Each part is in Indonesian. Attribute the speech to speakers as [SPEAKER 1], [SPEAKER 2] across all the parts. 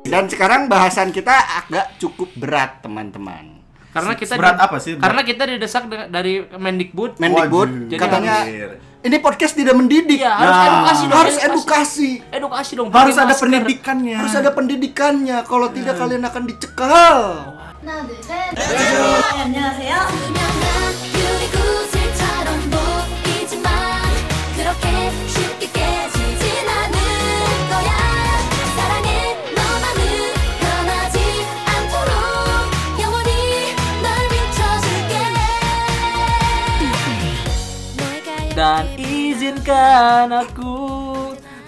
[SPEAKER 1] Dan sekarang bahasan kita agak cukup berat teman-teman.
[SPEAKER 2] Karena kita
[SPEAKER 3] Berat apa sih?
[SPEAKER 2] Karena kita didesak de- dari Mendikbud.
[SPEAKER 1] Mendikbud
[SPEAKER 3] Waduh.
[SPEAKER 1] katanya
[SPEAKER 3] Jadi- Nah.
[SPEAKER 1] ini podcast tidak mendidik.
[SPEAKER 2] Iya, harus edukasi dong,
[SPEAKER 1] Harus
[SPEAKER 2] edukasi.
[SPEAKER 1] edukasi.
[SPEAKER 2] edukasi Eh, dong.
[SPEAKER 3] Harus
[SPEAKER 2] pakai
[SPEAKER 3] ada
[SPEAKER 2] masker.
[SPEAKER 3] pendidikannya.
[SPEAKER 1] Harus ada pendidikannya. Kalau
[SPEAKER 3] Ya.
[SPEAKER 1] tidak kalian akan dicekal.
[SPEAKER 4] 하나 둘셋 네, 안녕하세요 그냥 유리구슬처럼 보이지만 그렇게 쉽게 깨지진 않을 거야 사랑해 너만은 변하지 않도록 영원히 널 비춰줄게
[SPEAKER 2] Dan izinkan aku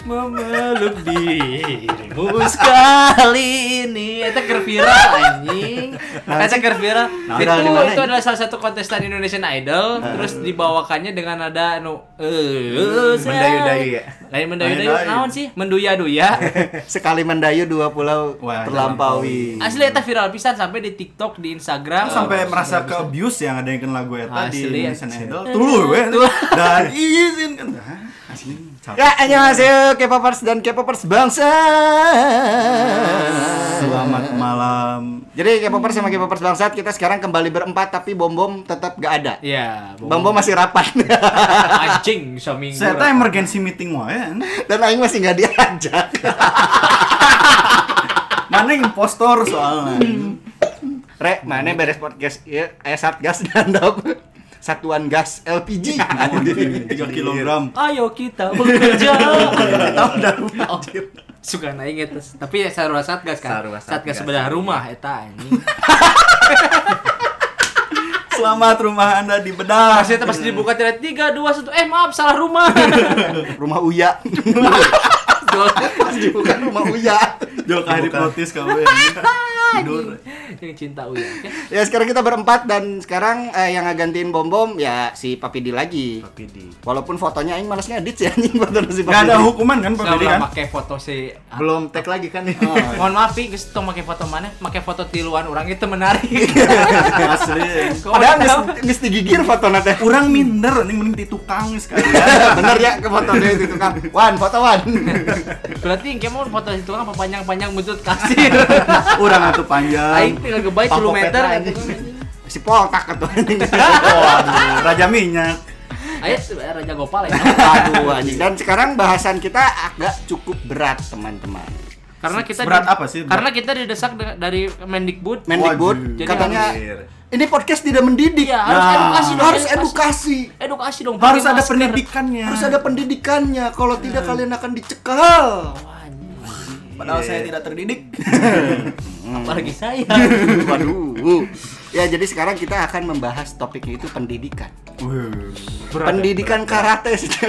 [SPEAKER 2] memeluk dirimu sekali ini. Itu Gervira anjing. Itu Gervira.
[SPEAKER 3] Nah,
[SPEAKER 2] itu,
[SPEAKER 3] viral di mana
[SPEAKER 2] itu
[SPEAKER 3] ini? Nah.
[SPEAKER 2] adalah salah satu kontestan Indonesian Idol. Terus dibawakannya dengan ada anu eh
[SPEAKER 3] Mendayu-dayu ya?
[SPEAKER 2] Lain mendayu-dayu.
[SPEAKER 3] Mendayu-dayu.
[SPEAKER 2] Naon sih? Menduya-duya.
[SPEAKER 1] Sekali mendayu dua pulau
[SPEAKER 3] Eh. Wah,
[SPEAKER 1] terlampaui.
[SPEAKER 2] Asli eta viral pisan sampai di TikTok, di Instagram.
[SPEAKER 3] sampai merasa ke abuse yang ada yang kena lagu eta di
[SPEAKER 2] Asli,
[SPEAKER 3] Indonesian
[SPEAKER 2] anjing.
[SPEAKER 3] Idol tuh we dan izinkan Hah? asli capek
[SPEAKER 1] Ya, annyeonghaseyo K-popers dan K-popers bangsa.
[SPEAKER 3] selamat malam
[SPEAKER 1] Jadi K-popers sama K-popers bangsat kita sekarang kembali berempat tapi Bom Bom tetap gak ada.
[SPEAKER 2] Ya,
[SPEAKER 1] Bom Bom masih rapat
[SPEAKER 2] anjing seminggu.
[SPEAKER 3] saya tuh ah, emergency meeting ya. wae
[SPEAKER 1] dan Aing masih nggak diajak.
[SPEAKER 3] mana yang impostor soalnya
[SPEAKER 2] Hmm.
[SPEAKER 1] Re, mana beres podcast Iya, eh, ieu aya Satgas dandok. Satuan gas LPG.
[SPEAKER 3] Iya. 3 kilogram
[SPEAKER 2] Ayo kita bekerja.
[SPEAKER 3] tahu dah
[SPEAKER 2] Oh, suka naik itu. Tapi ya sarua satgas kan.
[SPEAKER 3] Sarua
[SPEAKER 2] satgas
[SPEAKER 3] satgas.
[SPEAKER 2] sebelah rumah eta anjing.
[SPEAKER 3] selamat rumah anda di bedah
[SPEAKER 2] Pas eta Ah, pas dibuka tiga 3 2 1 eh maaf salah rumah.
[SPEAKER 1] Rumah Uya. Bukan rumah Uya.
[SPEAKER 3] jol kahari protis ah, kamu ya tidur
[SPEAKER 2] Yang cinta Uya. Oke.
[SPEAKER 1] Ya sekarang kita berempat dan sekarang eh, yang ngagantiin Bom Bom ya si Papidi lagi. Walaupun fotonya aing malas ngedit sih anjing foto si
[SPEAKER 3] nggak
[SPEAKER 1] Papidi.
[SPEAKER 3] ada hukuman kan
[SPEAKER 2] Nggak
[SPEAKER 3] pemilihan
[SPEAKER 2] pernah pakai foto si eh,
[SPEAKER 3] belum tag lagi kan ini
[SPEAKER 2] Mohon maaf, Pi, geus tong make foto mana? Make foto tiluan orang itu menarik.
[SPEAKER 3] asli
[SPEAKER 1] Padahal nges- nges digigir foto nate.
[SPEAKER 3] kurang minder nih mending di tukang sekali
[SPEAKER 1] Bener ya ke foto dia itu kan. Wan, foto Wan.
[SPEAKER 2] Berarti yang kemau foto itu apa panjang-panjang muncul kasir.
[SPEAKER 3] orang atuh
[SPEAKER 2] Aing
[SPEAKER 3] panjang
[SPEAKER 2] tinggal gebay
[SPEAKER 1] Papo
[SPEAKER 2] kilometer.
[SPEAKER 1] Petra anjing. Si Pol tak tuh anjing.
[SPEAKER 3] Waduh, Oh, raja minyak
[SPEAKER 2] Ayo raja gopal ya.
[SPEAKER 1] Aduh anjing. Dan sekarang bahasan kita agak cukup berat teman-teman.
[SPEAKER 2] Karena kita
[SPEAKER 3] Berat apa sih?
[SPEAKER 2] Karena kita didesak de- dari Mendikbud.
[SPEAKER 1] Mendikbud
[SPEAKER 2] Waduh.
[SPEAKER 1] katanya
[SPEAKER 3] Jadi
[SPEAKER 1] ini podcast tidak mendidik.
[SPEAKER 2] Iya, harus
[SPEAKER 3] Nah.
[SPEAKER 2] edukasi dong.
[SPEAKER 1] Harus edukasi.
[SPEAKER 2] Edukasi eh, dong. pakai
[SPEAKER 3] harus ada
[SPEAKER 2] masker.
[SPEAKER 3] pendidikannya
[SPEAKER 1] Harus ada pendidikannya. Kalau tidak kalian akan dicekal.
[SPEAKER 2] Wah, anjing.
[SPEAKER 3] padahal saya tidak terdidik
[SPEAKER 1] Hmm.
[SPEAKER 2] Apalagi saya.
[SPEAKER 1] Waduh. Ya jadi sekarang kita akan membahas topiknya itu pendidikan. ya. pendidikan karate sejak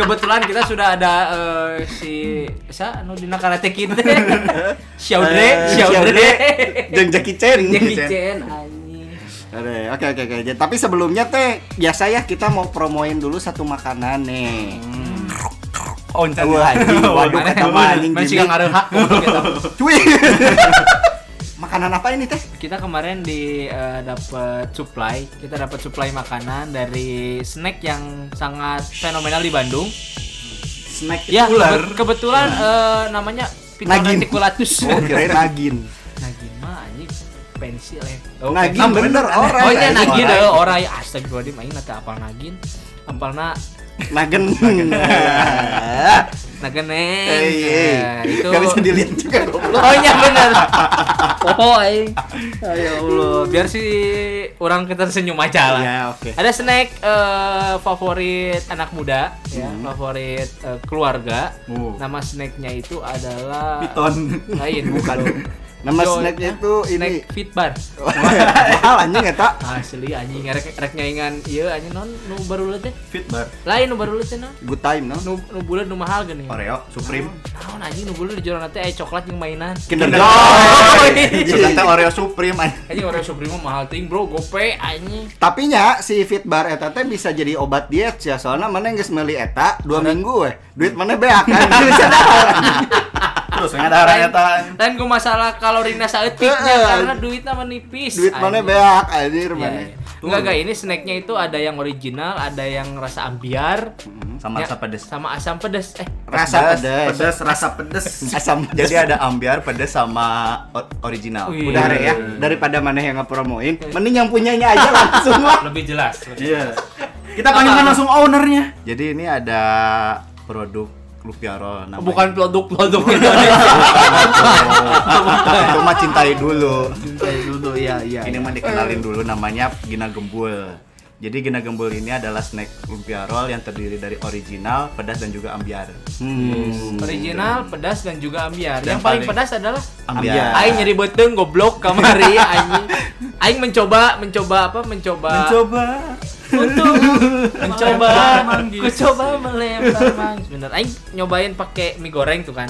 [SPEAKER 2] Kebetulan kita sudah ada eh, si sa anu dina karate kid. Syaudre, Syaudre.
[SPEAKER 1] Eh, Jeng Jackie Chan.
[SPEAKER 2] Jadi Jen anjing.
[SPEAKER 1] Ada, Oke oke oke. Jadi, Tapi sebelumnya teh biasa ya kita mau promoin dulu satu makanan nih.
[SPEAKER 3] oncan
[SPEAKER 1] Wah, Oh, anjing, waduh
[SPEAKER 2] Mana
[SPEAKER 1] kata mah anjing
[SPEAKER 2] mana
[SPEAKER 1] gini.
[SPEAKER 2] siga ngareha.
[SPEAKER 1] Cuy. makanan apa ini teh?
[SPEAKER 2] kita kemarin di eh, dapat supply kita dapat supply makanan dari snack yang sangat fenomenal di Bandung
[SPEAKER 3] snack
[SPEAKER 2] ya
[SPEAKER 3] ular
[SPEAKER 2] kebe- kebetulan eh, namanya Piton
[SPEAKER 1] Nagin.
[SPEAKER 2] reticulatus
[SPEAKER 1] Oh, kirain nagin.
[SPEAKER 2] Nagin mah anjing pensil ya
[SPEAKER 1] Nagin
[SPEAKER 2] pensil.
[SPEAKER 1] bener orang.
[SPEAKER 2] oh iya Nagin
[SPEAKER 1] Orang.
[SPEAKER 2] deh orang ya astagfirullahaladzim aing nanti apal Nagin apalna
[SPEAKER 1] Nagen.
[SPEAKER 2] Nageneng
[SPEAKER 1] Eh, eh.
[SPEAKER 2] Ya, itu
[SPEAKER 1] Gak bisa dilihat juga goblok.
[SPEAKER 2] Oh iya bener Oh aing Ya Allah Biar si orang kita senyum aja lah
[SPEAKER 3] ya oke
[SPEAKER 2] Ada snack eh, favorit anak muda, ya, favorit eh, keluarga.
[SPEAKER 3] Oh.
[SPEAKER 2] Nama snacknya itu adalah
[SPEAKER 3] piton
[SPEAKER 2] Lain
[SPEAKER 1] Bukan. Nama
[SPEAKER 2] Yo, eh,
[SPEAKER 1] snacknya itu
[SPEAKER 2] snack
[SPEAKER 1] ini.
[SPEAKER 2] Fit Bar. Ah,
[SPEAKER 1] Mahal anjing eta.
[SPEAKER 2] Asli anjing rek rek nyaingan ieu anjing non nu baru teh.
[SPEAKER 3] fit bar
[SPEAKER 2] Lain nu baru teh non.
[SPEAKER 1] Good time no.
[SPEAKER 2] Nu nu bulan nu mahal gini.
[SPEAKER 3] oreo supreme
[SPEAKER 2] Naon anjing nu bulan di jorong teh aya eh, coklat jeung mainan.
[SPEAKER 1] Kinder
[SPEAKER 3] Kinder
[SPEAKER 1] Joy.
[SPEAKER 3] sudah teh oreo supreme anjing.
[SPEAKER 2] Anjing orang Supremo mahal ting bro, gope anjing.
[SPEAKER 1] Tapi nya si Fitbar eta teh bisa jadi obat diet ya soalnya mana geus meuli eta 2 minggu we. Duit mana beak kan. Bisa dahar.
[SPEAKER 3] terus nggak ada arahnya tan
[SPEAKER 2] Dan gue masalah kalorinya saeutiknya
[SPEAKER 1] Heeh.
[SPEAKER 2] karena duitnya menipis.
[SPEAKER 1] Duit mana
[SPEAKER 2] anjing.
[SPEAKER 1] beak anjir
[SPEAKER 2] Iya,
[SPEAKER 1] mana.
[SPEAKER 2] iya. Enggak enggak ini snacknya itu ada yang original, ada yang rasa ambiar,
[SPEAKER 5] sama
[SPEAKER 2] ya,
[SPEAKER 5] rasa pedes
[SPEAKER 2] sama asam pedas. Eh,
[SPEAKER 1] Rasa pedas.
[SPEAKER 3] pedas rasa pedas
[SPEAKER 1] Asam pedas.
[SPEAKER 5] jadi ada ambiar pedes sama o- original
[SPEAKER 2] Wih.
[SPEAKER 1] Udah Re, ya, daripada mana yang ngepromoin, mending yang punyanya aja langsung lah.
[SPEAKER 6] Lebih jelas. Lebih
[SPEAKER 3] iya kita tanyakan langsung ownernya
[SPEAKER 5] jadi ini ada produk Lupiaro namanya
[SPEAKER 2] bukan produk-produk Indonesia.
[SPEAKER 5] itu mah cintai dulu
[SPEAKER 3] dulu ya iya
[SPEAKER 5] ini mah dikenalin dulu namanya Gina Gembul jadi Gina Gembul ini adalah snack lumpia roll yang terdiri dari original, pedas dan juga ambiar.
[SPEAKER 1] Hmm.
[SPEAKER 3] Hmm.
[SPEAKER 2] original, pedas dan juga ambiar.
[SPEAKER 5] Dan
[SPEAKER 2] yang paling,
[SPEAKER 5] paling-
[SPEAKER 2] pedas adalah
[SPEAKER 3] Ya.
[SPEAKER 5] Ambiar.
[SPEAKER 2] aing nyeri beteng goblok kamari anjing. Aing mencoba mencoba apa? Mencoba
[SPEAKER 3] coba
[SPEAKER 2] untuk mencoba
[SPEAKER 6] Melempar manggis.
[SPEAKER 2] ku coba melempar manggis bener aing nyobain pakai mie goreng tuh kan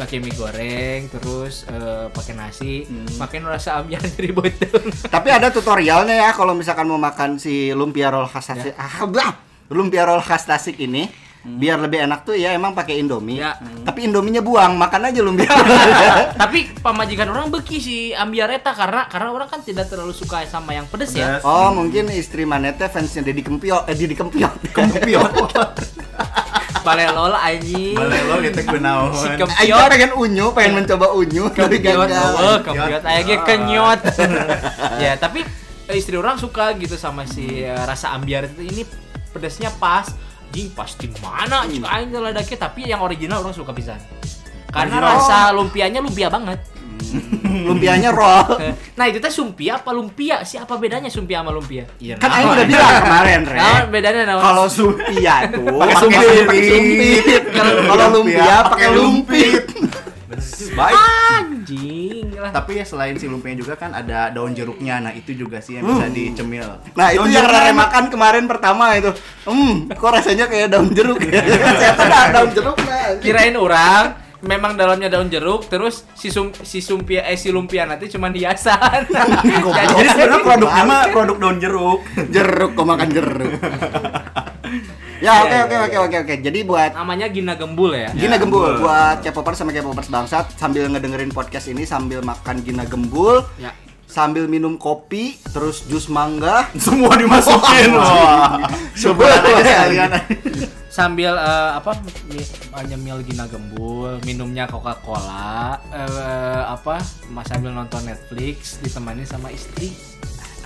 [SPEAKER 2] pakai mie goreng terus eh, pakai nasi makin rasa ambiar dari botol
[SPEAKER 1] Tapi ada tutorialnya ya kalau misalkan mau makan si lumpia roll khas Tasik. Ah, blah! lumpia roll khas Tasik ini biar lebih enak tuh Hmm. ya emang pakai Indomie.
[SPEAKER 2] Ya.
[SPEAKER 1] Tapi Indominya buang, makan aja lumpia. roll.
[SPEAKER 2] tapi pamajikan orang beki si ambiar eta karena karena orang kan tidak terlalu suka sama yang pedes ya
[SPEAKER 3] Pedas.
[SPEAKER 1] oh, mungkin istri Manete fansnya Deddy Kempio, eh Deddy Kempio.
[SPEAKER 3] oh.
[SPEAKER 2] balelol anjing
[SPEAKER 5] Balelo
[SPEAKER 3] gitu.
[SPEAKER 5] itu kunaon.
[SPEAKER 2] si
[SPEAKER 1] Ayo
[SPEAKER 2] kempiot
[SPEAKER 1] pengen unyu, pengen mencoba unyu, tapi
[SPEAKER 2] kempiot oh
[SPEAKER 1] gagal.
[SPEAKER 2] kempiot aya ge kenyot ya tapi eh, istri orang suka gitu sama si eh, rasa ambiar itu ini pedasnya pas jing pasti mana jika aing ledaknya tapi yang original orang suka pisan karena
[SPEAKER 1] Original.
[SPEAKER 2] rasa lumpianya lumpia banget
[SPEAKER 1] Lumpianya roll.
[SPEAKER 2] Eh, nah itu teh sumpia apa lumpia sih apa bedanya sumpia sama lumpia
[SPEAKER 1] Kan Aing udah bilang kemarin, Re.
[SPEAKER 2] nah bedanya naon?
[SPEAKER 1] Kalau sumpia Iya, tuh
[SPEAKER 5] Pakai
[SPEAKER 1] pakai
[SPEAKER 5] sumpit.
[SPEAKER 1] pakai sumpit. Kalau kalau lumpia pakai lumpit.
[SPEAKER 5] Baik.
[SPEAKER 2] anjing lah
[SPEAKER 5] Tapi ya selain si lumpianya juga kan ada daun jeruknya. Nah, itu juga sih yang bisa dicemil.
[SPEAKER 1] Nah itu
[SPEAKER 3] Daun
[SPEAKER 1] yang
[SPEAKER 3] jeruk kan?
[SPEAKER 1] Rere
[SPEAKER 3] enak.
[SPEAKER 1] makan kemarin pertama itu Hmm, kok rasanya kayak daun jeruk ya?
[SPEAKER 3] Iya.
[SPEAKER 1] Saya tuh ada daun jeruk lah
[SPEAKER 2] kirain orang memang dalamnya daun jeruk terus si sum si sumpia eh si lumpia nanti cuman hiasan
[SPEAKER 1] Goblok.
[SPEAKER 3] jadi sebenarnya produknya mah produk daun jeruk
[SPEAKER 1] Jeruk, kok makan jeruk
[SPEAKER 3] Iya,
[SPEAKER 1] Ya oke oke oke oke oke Jadi buat
[SPEAKER 2] namanya Gina Gembul ya
[SPEAKER 1] Gina Gembul Buat K-popers sama K-popers bangsat Sambil ngedengerin podcast ini Sambil makan Gina Gembul
[SPEAKER 2] ya
[SPEAKER 1] Sambil minum kopi Terus jus mangga
[SPEAKER 3] semua dimasukin wah
[SPEAKER 1] Sebelah
[SPEAKER 5] aja sekalian.
[SPEAKER 2] sambil eh, apa mi- nyemil Gina Gembul minumnya Coca Cola apa mas sambil nonton Netflix ditemani sama istri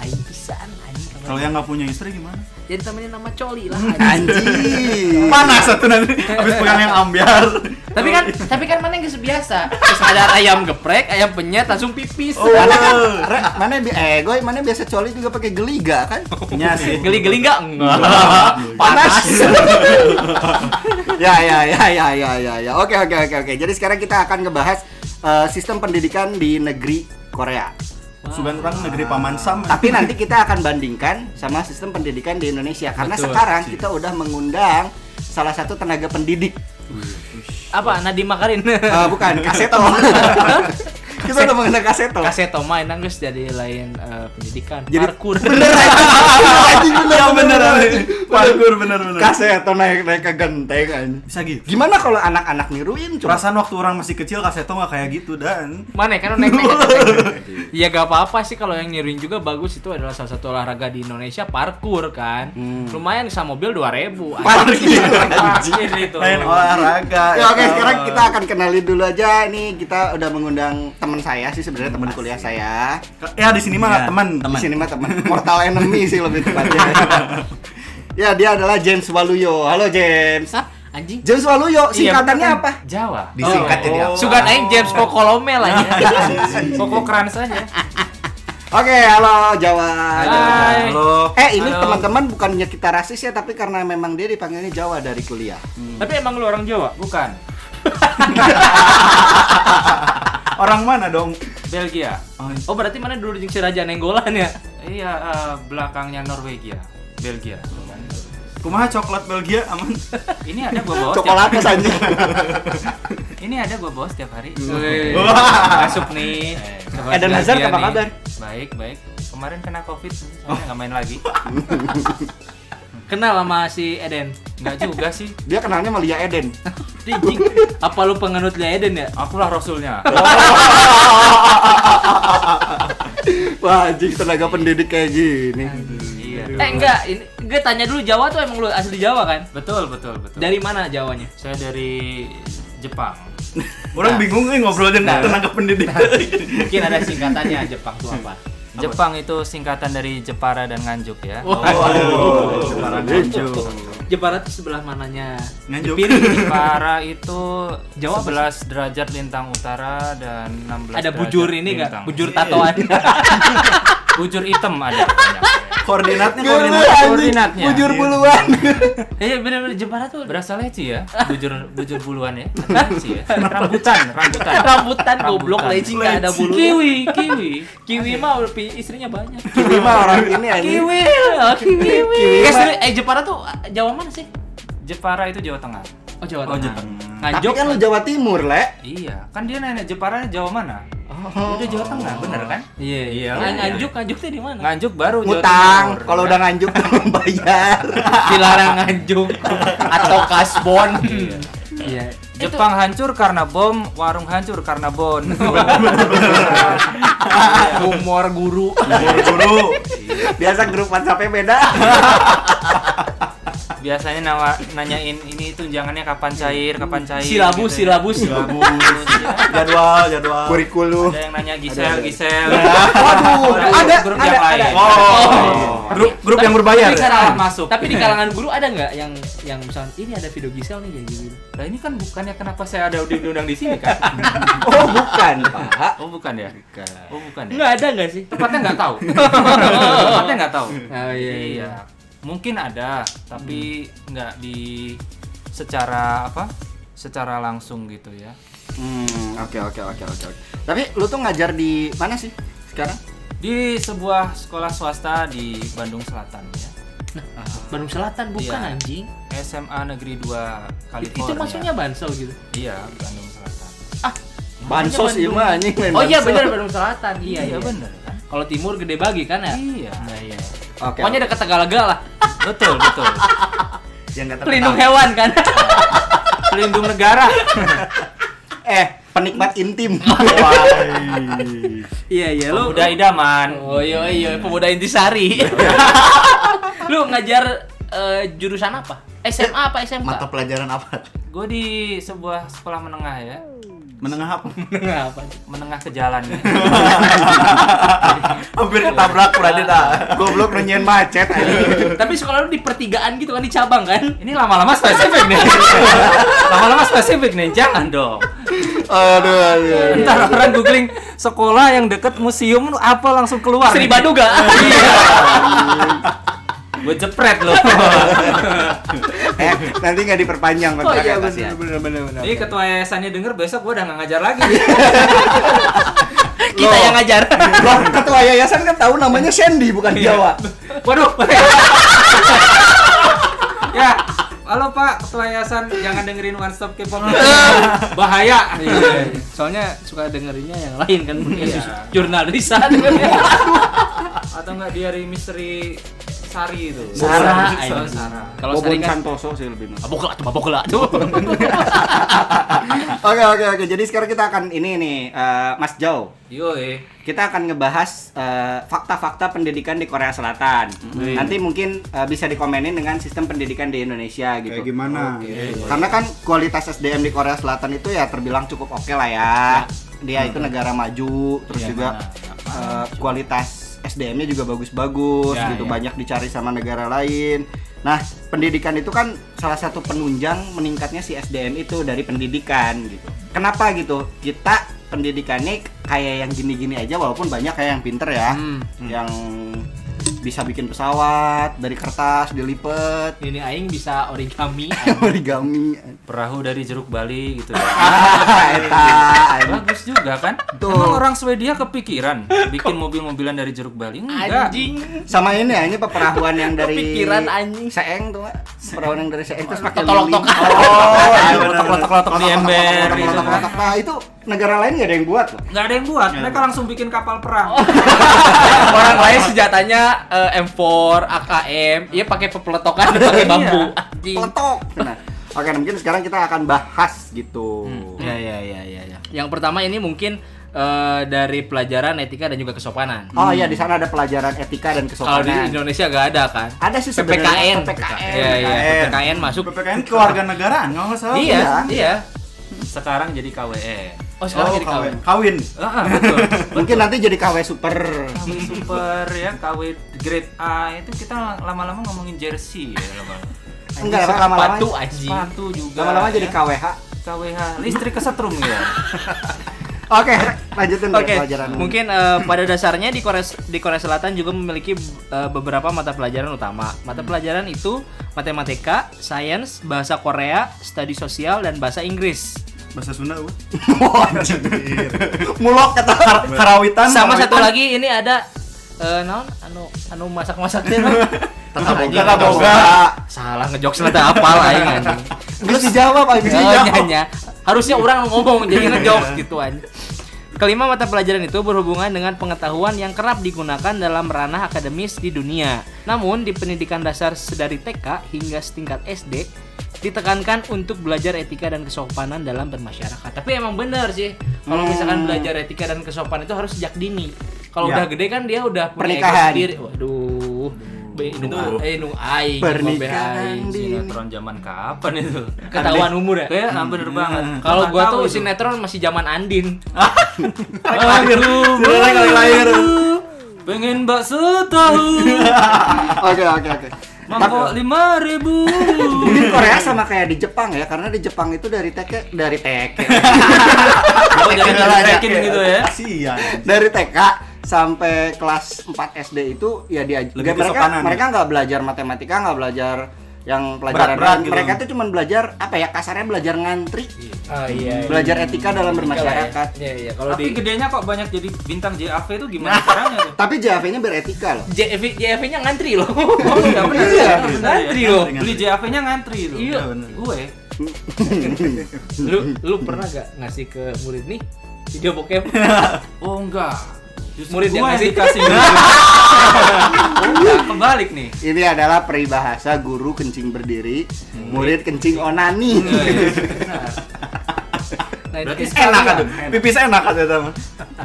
[SPEAKER 2] Ayo pisan anjing
[SPEAKER 3] kalau yang nggak punya istri gimana
[SPEAKER 2] jadi temenin Ya, nama Coli lah anjing.
[SPEAKER 1] Anjing
[SPEAKER 3] panas satu nanti habis pegang yang ambiar
[SPEAKER 2] tapi kan tapi kan mana yang geus biasa terus ada ayam geprek ayam penyet langsung pipis
[SPEAKER 1] Karena kan Re, mana bi eh gue mana biasa coli juga pakai geliga kan?
[SPEAKER 3] nya Iya sih
[SPEAKER 2] Iya
[SPEAKER 3] Ah.
[SPEAKER 2] geli-geli enggak enggak
[SPEAKER 1] panas. ya ya ya ya ya ya ya. Oke oke oke oke. Jadi sekarang kita akan ngebahas eh, sistem pendidikan di negeri Korea.
[SPEAKER 3] sugan orang negeri paman sam
[SPEAKER 1] Tapi nanti kita akan bandingkan sama sistem pendidikan di Indonesia karena
[SPEAKER 2] Betul.
[SPEAKER 1] sekarang kita udah mengundang salah satu tenaga pendidik.
[SPEAKER 2] apa Nadiem Makarin
[SPEAKER 1] Eh, bukan Kaseto. kita udah mengundang Kaseto.
[SPEAKER 2] kaseto mah enak guys jadi lain eh, pendidikan
[SPEAKER 1] Jadi-
[SPEAKER 2] parkur
[SPEAKER 1] Bener anjing bener
[SPEAKER 3] ya bener
[SPEAKER 1] bener,
[SPEAKER 3] bener.
[SPEAKER 1] anjing.
[SPEAKER 3] parkur bener bener
[SPEAKER 1] Kaseto naik naik ke genteng anjing.
[SPEAKER 3] bisa gitu
[SPEAKER 1] Gimana kalau anak-anak niruin coba?
[SPEAKER 3] perasaan waktu orang masih kecil kaseto nggak kayak gitu dan
[SPEAKER 2] mana ya, kan naik naik
[SPEAKER 5] Iya.
[SPEAKER 2] ya gak apa-apa sih kalau yang niruin juga bagus itu adalah salah satu olahraga di Indonesia parkur kan
[SPEAKER 5] Hmm.
[SPEAKER 2] lumayan bisa mobil 2000
[SPEAKER 1] Parkir,
[SPEAKER 2] anjir itu Oh,
[SPEAKER 3] lain olahraga Gitu.
[SPEAKER 1] Ya,
[SPEAKER 2] Nah.
[SPEAKER 1] oke sekarang kita akan kenali dulu aja nih kita udah mengundang teman saya sih sebenarnya teman kuliah saya
[SPEAKER 3] ya di sini
[SPEAKER 5] Iya.
[SPEAKER 3] mah teman
[SPEAKER 1] di sini mah teman mortal enemy sih lebih tepatnya ya dia adalah James Waluyo halo James
[SPEAKER 2] Hah? anjing
[SPEAKER 1] James Waluyo
[SPEAKER 2] Iya,
[SPEAKER 1] singkatannya
[SPEAKER 2] bukan.
[SPEAKER 1] apa
[SPEAKER 6] Jawa.
[SPEAKER 5] Disingkat jadi apa?
[SPEAKER 2] Sugan aing James Kokolome lah ya.
[SPEAKER 6] Koko keren saja.
[SPEAKER 1] oke halo Jawa
[SPEAKER 2] Hai.
[SPEAKER 3] halo
[SPEAKER 1] eh ini
[SPEAKER 2] Halo.
[SPEAKER 1] teman-teman bukannya kita rasis ya tapi karena memang dia dipanggilnya Jawa dari kuliah
[SPEAKER 6] Tapi emang lu orang Jawa? Bukan.
[SPEAKER 3] orang mana dong iya.
[SPEAKER 6] Belgia.
[SPEAKER 2] Oh berarti mana dulu jeung si Raja Nenggolan ya?
[SPEAKER 6] Iya, eh, belakangnya Norwegia. Belgia.
[SPEAKER 3] kumaha coklat Belgia aman
[SPEAKER 6] Ini ada gua bawa. setiap-
[SPEAKER 1] coklatnya saja
[SPEAKER 6] Ini ada gua bawa setiap hari.
[SPEAKER 2] Wih,
[SPEAKER 6] Wah. Masuk nih. Coba
[SPEAKER 1] Eden
[SPEAKER 6] lagi
[SPEAKER 1] Hazard
[SPEAKER 6] ya
[SPEAKER 1] apa
[SPEAKER 6] nih.
[SPEAKER 1] kabar?
[SPEAKER 6] Baik, baik. Kemarin kena Covid, soalnya nggak main lagi.
[SPEAKER 2] Kenal sama si Eden.
[SPEAKER 6] Nggak juga sih.
[SPEAKER 1] dia kenalnya sama Lia Eden
[SPEAKER 2] Dijing. Apa lu penganut Lia Eden ya?
[SPEAKER 6] Akulah rasulnya.
[SPEAKER 1] wah anjing tenaga pendidik kayak gini
[SPEAKER 6] Eh enggak, ini gue tanya dulu Jawa tuh emang lu asli Jawa kan?
[SPEAKER 2] Betul, betul, betul.
[SPEAKER 6] Dari mana Jawanya?
[SPEAKER 2] Saya dari Jepang.
[SPEAKER 7] Orang bingung nih ngobrolnya tentang kependidikan.
[SPEAKER 6] Mungkin ada singkatannya Jepang tuh apa?
[SPEAKER 2] Jepang itu singkatan dari Jepara dan Nganjuk ya.
[SPEAKER 1] Oh,
[SPEAKER 6] Oh.
[SPEAKER 7] Waduh,
[SPEAKER 2] Nganjuk.
[SPEAKER 6] Jepara tuh sebelah mananya?
[SPEAKER 7] nganjuk.
[SPEAKER 2] Jepara itu
[SPEAKER 6] Jawa
[SPEAKER 2] Jawa
[SPEAKER 6] apa
[SPEAKER 2] 11 derajat lintang utara dan 16
[SPEAKER 6] Ada
[SPEAKER 2] derajat
[SPEAKER 6] bujur ini enggak?
[SPEAKER 2] lintang.
[SPEAKER 6] Bujur tatoan.
[SPEAKER 2] bujur hitam ada banyak.
[SPEAKER 7] Koordinatnya
[SPEAKER 1] Gila,
[SPEAKER 7] koordinat.
[SPEAKER 1] anjing.
[SPEAKER 2] koordinatnya.
[SPEAKER 1] Bujur buluan.
[SPEAKER 6] Iya bener-bener Jepara tuh
[SPEAKER 2] Berasa leci ya, bujur bujur buluan ya. Leci ya. Rambutan, rambutan.
[SPEAKER 6] rambutan goblok leci enggak ada bulu.
[SPEAKER 2] Kiwi, kiwi.
[SPEAKER 6] Kiwi mah udah pi- istrinya banyak.
[SPEAKER 1] Kiwi mah orang ini anjing.
[SPEAKER 6] Kiwi, oh, kiwi. Eh, seri- eh Jepara tuh eh, Jawa mana sih?
[SPEAKER 2] Jepara itu Jawa Tengah.
[SPEAKER 6] Oh Jawa
[SPEAKER 3] Oh,
[SPEAKER 6] Tengah.
[SPEAKER 3] Jepang.
[SPEAKER 1] Tapi
[SPEAKER 6] Nganjuk.
[SPEAKER 1] kan lu Jawa Timur, Le.
[SPEAKER 2] Iya, kan dia nenek Jeparanya Jawa mana? Oh, dia Jawa Tengah, bener kan?
[SPEAKER 6] Iya, iya. Ngan- Nganjuk, nganjuk tuh di mana?
[SPEAKER 2] Nganjuk baru Jawa
[SPEAKER 1] Ngutang,
[SPEAKER 2] Timur.
[SPEAKER 1] kalau udah nganjuk belum bayar.
[SPEAKER 6] Dilarang nganjuk atau kasbon.
[SPEAKER 2] Iya.
[SPEAKER 6] Iya.
[SPEAKER 2] Jepang hancur karena bom, warung hancur karena bon.
[SPEAKER 6] Humor guru.
[SPEAKER 7] Guru-guru.
[SPEAKER 1] Biasa grup WhatsApp-nya beda.
[SPEAKER 6] Oh.
[SPEAKER 2] Biasanya nawa- nanyain ini tunjangannya kapan cair, kapan cair.
[SPEAKER 6] Silabus,
[SPEAKER 2] gitu ya.
[SPEAKER 6] silabus.
[SPEAKER 3] Iya,
[SPEAKER 7] Bagus. Jadwal, jadwal.
[SPEAKER 1] Kurikulum.
[SPEAKER 2] Ada yang nanya Gisel, Gisel.
[SPEAKER 1] Waduh, ada,
[SPEAKER 2] grup
[SPEAKER 1] ada,
[SPEAKER 2] yang lain.
[SPEAKER 1] ada.
[SPEAKER 7] Oh. Grup grup yang berbayar.
[SPEAKER 6] Tapi, kalangan-
[SPEAKER 2] masuk.
[SPEAKER 6] tapi di kalangan guru ada nggak yang yang misalkan ini ada video Gisel nih kayak gitu? gini.
[SPEAKER 2] Nah, ini kan bukannya kenapa saya ada diundang di sini kan?
[SPEAKER 1] Oh, bukan, Pak.
[SPEAKER 2] Oh, bukan ya? Oh, bukan ya?
[SPEAKER 6] Nggak ada nggak sih?
[SPEAKER 2] Tepatnya nggak tahu. Tepatnya nggak tahu.
[SPEAKER 6] Oh iya iya.
[SPEAKER 2] Mungkin ada, tapi nggak di secara apa? Secara langsung gitu ya.
[SPEAKER 1] Hmm, oke oke oke oke. oke. Tapi lu tuh ngajar di mana sih sekarang?
[SPEAKER 2] Di sebuah sekolah swasta di Bandung Selatan ya.
[SPEAKER 6] Bandung Selatan bukan
[SPEAKER 2] Iya.
[SPEAKER 6] anjing.
[SPEAKER 2] SMA Negeri 2 California.
[SPEAKER 6] Itu maksudnya Bansel gitu.
[SPEAKER 2] Iya, Bandung Selatan.
[SPEAKER 1] Bansos
[SPEAKER 6] Bandung.
[SPEAKER 1] ieu mah anjing main
[SPEAKER 6] Oh iya
[SPEAKER 1] bansos.
[SPEAKER 6] benar Bandung Selatan. Iya iya.
[SPEAKER 2] bener kan?
[SPEAKER 6] Kalau timur gede bagi kan ya?
[SPEAKER 2] Iya.
[SPEAKER 6] Nah, iya.
[SPEAKER 1] Oke.
[SPEAKER 6] Pokoknya dekat Tegalaga lah.
[SPEAKER 2] Betul, betul.
[SPEAKER 7] Yang nggak
[SPEAKER 6] Pelindung hewan kan.
[SPEAKER 2] Pelindung negara.
[SPEAKER 1] eh penikmat intim.
[SPEAKER 6] Iya iya lu.
[SPEAKER 2] Udah idaman.
[SPEAKER 6] Oh iya iya pemuda intisari. lu ngajar eh, jurusan apa? SMA apa SMK?
[SPEAKER 7] Mata pelajaran apa?
[SPEAKER 2] Gue di sebuah sekolah menengah ya.
[SPEAKER 7] Menengah apa?
[SPEAKER 6] Menengah apa?
[SPEAKER 2] Menengah ke jalan ya.
[SPEAKER 7] Hampir ketabrak Pradita.
[SPEAKER 1] Goblok lu nyen macet anjing.
[SPEAKER 6] Tapi sekolah lu di pertigaan gitu kan di cabang kan?
[SPEAKER 2] Ini lama-lama spesifik nih. lama-lama spesifik nih. Jangan dong.
[SPEAKER 1] Aduh aduh.
[SPEAKER 2] Ntar orang googling sekolah yang deket museum lu apa langsung keluar.
[SPEAKER 6] Sri Baduga.
[SPEAKER 2] Gue jepret loh.
[SPEAKER 1] Eh, nanti nggak diperpanjang
[SPEAKER 6] Oh
[SPEAKER 1] kontraknya
[SPEAKER 6] iya
[SPEAKER 1] kasihan.
[SPEAKER 6] benar benar benar. benar.
[SPEAKER 2] Jadi ketua yayasannya denger besok gue udah gak ngajar lagi.
[SPEAKER 6] Kita yang ngajar.
[SPEAKER 1] Loh, ketua yayasan kan tahu namanya Sandy bukan Jawa.
[SPEAKER 2] Iya. Waduh. ya, halo Pak Ketua Yayasan, jangan dengerin One Stop K-pop. Bahaya.
[SPEAKER 1] Iya.
[SPEAKER 6] Soalnya suka dengerinnya yang lain kan jurnalisan.
[SPEAKER 2] Atau enggak diari misteri Sari Oh, itu.
[SPEAKER 1] Sara,
[SPEAKER 2] Sara.
[SPEAKER 6] anjing.
[SPEAKER 2] Sara.
[SPEAKER 6] Kalau sering kan
[SPEAKER 3] Santoso sih lebih
[SPEAKER 6] Ah, bola tuh, ah, bola tuh.
[SPEAKER 1] Oke oke oke. Jadi sekarang kita akan ini nih eh, Mas Jau.
[SPEAKER 2] Yoi.
[SPEAKER 1] Kita akan ngebahas eh, fakta-fakta pendidikan di Korea Selatan.
[SPEAKER 3] Hmm.
[SPEAKER 1] Nanti mungkin eh, bisa dikomenin dengan sistem pendidikan di Indonesia gitu.
[SPEAKER 3] Kayak gimana?
[SPEAKER 7] Iya.
[SPEAKER 1] Karena kan kualitas SDM di Korea Selatan itu ya terbilang cukup oke lah ya. Dia itu
[SPEAKER 2] Hmm.
[SPEAKER 1] negara maju, terus
[SPEAKER 2] Iya,
[SPEAKER 1] juga eh, kualitas SDM-nya juga bagus-bagus
[SPEAKER 2] Ya,
[SPEAKER 1] gitu,
[SPEAKER 2] ya.
[SPEAKER 1] banyak dicari sama negara lain. Nah, pendidikan itu kan salah satu penunjang meningkatnya si SDM itu dari pendidikan gitu. Kenapa gitu? Kita pendidikannya kayak yang gini-gini aja walaupun banyak kayak yang pinter ya,
[SPEAKER 2] Hmm.
[SPEAKER 1] yang bisa bikin pesawat dari kertas dilipet,
[SPEAKER 6] Ini aing bisa origami.
[SPEAKER 1] origami.
[SPEAKER 2] Perahu dari Jeruk Bali gitu ya.
[SPEAKER 1] Ah, eta anjing.
[SPEAKER 2] Bagus juga kan?
[SPEAKER 1] Tuh.
[SPEAKER 2] Emang orang Swedia kepikiran bikin mobil-mobilan dari Jeruk Bali? Enggak.
[SPEAKER 6] Anjing.
[SPEAKER 1] sama ini ya ini peperahuan yang dari
[SPEAKER 6] Kepikiran, anjing.
[SPEAKER 1] seeng tuh Mak. perahuan yang dari seeng terus pakai
[SPEAKER 6] Tolok-tokan.
[SPEAKER 1] lilin. Oh,
[SPEAKER 3] Oh,
[SPEAKER 7] iya, bener,
[SPEAKER 2] Letak-letak di
[SPEAKER 6] Iya,
[SPEAKER 2] ember.
[SPEAKER 1] Kotak-kotak,
[SPEAKER 2] gitu kan.
[SPEAKER 7] iya.
[SPEAKER 1] kotak-kotak. nah itu negara lain gak ada yang buat loh
[SPEAKER 2] Nggak ada yang buat, mereka langsung bikin kapal perang.
[SPEAKER 6] Orang lain senjatanya eh, M4, AKM, iya pakai pepeletokan pakai bambu.
[SPEAKER 2] Iya.
[SPEAKER 6] Anjing.
[SPEAKER 1] peletok nah
[SPEAKER 6] Hmm.
[SPEAKER 1] oke nah, mungkin sekarang kita akan bahas gitu
[SPEAKER 6] Iya, Ya ya ya ya ya. Yang pertama ini mungkin eh, dari pelajaran etika dan juga kesopanan.
[SPEAKER 1] Oh iya di sana ada pelajaran etika dan
[SPEAKER 6] Kalau di
[SPEAKER 1] kesopanan.
[SPEAKER 6] Indonesia gak ada kan?
[SPEAKER 1] Ada sih
[SPEAKER 6] PPKN.
[SPEAKER 1] sebenarnya PPKN.
[SPEAKER 6] Iya, iya,
[SPEAKER 7] PPKN.
[SPEAKER 6] PPKN masuk.
[SPEAKER 7] PPKN kewarganegaraan kalau nggak salah. Oh,
[SPEAKER 6] Iya,
[SPEAKER 1] iya.
[SPEAKER 6] iya.
[SPEAKER 2] Sekarang jadi KWN.
[SPEAKER 6] Oh, sekarang
[SPEAKER 7] Oh,
[SPEAKER 6] jadi
[SPEAKER 7] kawin.
[SPEAKER 6] kawin.
[SPEAKER 7] Kawin.
[SPEAKER 2] Ah, betul.
[SPEAKER 6] iya.
[SPEAKER 1] Mungkin nanti jadi KW super.
[SPEAKER 2] KW super ya, KW grade A itu kita lama-lama ngomongin jersey ya lama-lama.
[SPEAKER 1] Enggak lah, lama-lama.
[SPEAKER 6] Sepatu anjing.
[SPEAKER 2] Sepatu juga.
[SPEAKER 1] Lama-lama jadi
[SPEAKER 2] ya.
[SPEAKER 6] Iya.
[SPEAKER 1] KWH.
[SPEAKER 2] KWH listrik kesetrum ya.
[SPEAKER 1] Oke, lanjutin dulu
[SPEAKER 6] Oke,
[SPEAKER 1] Iya, pelajaran.
[SPEAKER 6] mungkin eh, pada dasarnya di Korea di Korea Selatan juga memiliki eh, beberapa mata pelajaran utama. Mata pelajaran itu matematika, sains, bahasa Korea, studi sosial dan bahasa Inggris.
[SPEAKER 3] Bahasa Sunda gua.
[SPEAKER 1] mulok kata
[SPEAKER 7] Kar- karawitan.
[SPEAKER 6] Sama
[SPEAKER 7] karawitan.
[SPEAKER 6] satu
[SPEAKER 3] kan?
[SPEAKER 6] lagi ini ada eh naon anu anu masak-masak teh naon?
[SPEAKER 7] Tata boga.
[SPEAKER 6] Anjing,
[SPEAKER 7] Tata boga.
[SPEAKER 6] Salah ngejokes lah teh apal aing anjing.
[SPEAKER 1] Terus dijawab aja.
[SPEAKER 6] Oh, nyanya. Harusnya orang ngomong jadi ngejokes gitu anjing. Kelima mata pelajaran itu berhubungan dengan pengetahuan yang kerap digunakan dalam ranah akademis di dunia. Namun di pendidikan dasar sedari TK hingga setingkat SD ditekankan untuk belajar etika dan kesopanan dalam bermasyarakat. Tapi emang bener sih kalau
[SPEAKER 1] Hmm.
[SPEAKER 6] misalkan belajar etika dan kesopanan itu harus sejak dini. Kalau
[SPEAKER 7] Ya.
[SPEAKER 6] udah gede kan dia udah punya ego
[SPEAKER 1] Pernikahan.
[SPEAKER 6] sendiri. Waduh. Be, nu, eh, nu aing,
[SPEAKER 1] Pernikahan Kan
[SPEAKER 6] ngombe aing.
[SPEAKER 1] di-
[SPEAKER 2] Sinetron zaman kapan itu?
[SPEAKER 6] Ketahuan umur ya?
[SPEAKER 2] Kayak ah, bener banget.
[SPEAKER 6] Kalau
[SPEAKER 2] Nggak
[SPEAKER 6] gua
[SPEAKER 2] tahu
[SPEAKER 6] tuh
[SPEAKER 2] itu.
[SPEAKER 6] sinetron masih zaman Andin.
[SPEAKER 7] Sudah lagi lahir.
[SPEAKER 2] pengen bakso tahu
[SPEAKER 1] Oke, oke, oke.
[SPEAKER 2] mangkok lima ribu.
[SPEAKER 1] Mungkin Korea sama kayak di Jepang ya, karena di Jepang itu dari TK dari TK
[SPEAKER 2] Oh jangan diledekin
[SPEAKER 6] Iya.
[SPEAKER 2] gitu ya.
[SPEAKER 7] Kasihan.
[SPEAKER 1] dari TK sampai kelas 4 SD itu ya dia
[SPEAKER 7] Lebih
[SPEAKER 1] mereka
[SPEAKER 7] kesopanan ya?
[SPEAKER 1] mereka nggak belajar matematika, nggak belajar yang pelajaran
[SPEAKER 7] Berat-berat gitu.
[SPEAKER 1] mereka tuh cuman belajar apa ya kasarnya belajar ngantri,
[SPEAKER 6] Oh iya.
[SPEAKER 1] belajar etika dalam bermasyarakat.
[SPEAKER 6] Iya iya kalau
[SPEAKER 2] Tapi
[SPEAKER 6] di
[SPEAKER 2] gedenya kok banyak jadi bintang JAV itu gimana caranya tuh?
[SPEAKER 1] Tapi JAV-nya beretika loh.
[SPEAKER 6] JFV JFV-nya ngantri loh.
[SPEAKER 2] Oh iya benar.
[SPEAKER 1] Iya.
[SPEAKER 2] Ngantri
[SPEAKER 6] Ngantri
[SPEAKER 2] loh.
[SPEAKER 6] loh.
[SPEAKER 2] Beli JAV-nya ngantri loh.
[SPEAKER 6] Iya.
[SPEAKER 2] bener. Gue.
[SPEAKER 6] Lu lu pernah gak ngasih ke murid nih video bokep?
[SPEAKER 2] Oh enggak. Justru
[SPEAKER 6] Murid
[SPEAKER 2] gue
[SPEAKER 6] yang
[SPEAKER 2] yang
[SPEAKER 6] ngasih.
[SPEAKER 2] dikasih. oh, enggak, kebalik Iya, nih.
[SPEAKER 1] Ini adalah peribahasa guru kencing berdiri, murid kencing onani.
[SPEAKER 2] Iya,
[SPEAKER 6] Nah, itu
[SPEAKER 2] Berarti
[SPEAKER 6] kan-
[SPEAKER 7] Enak kan? Pipis enak kan ya teman.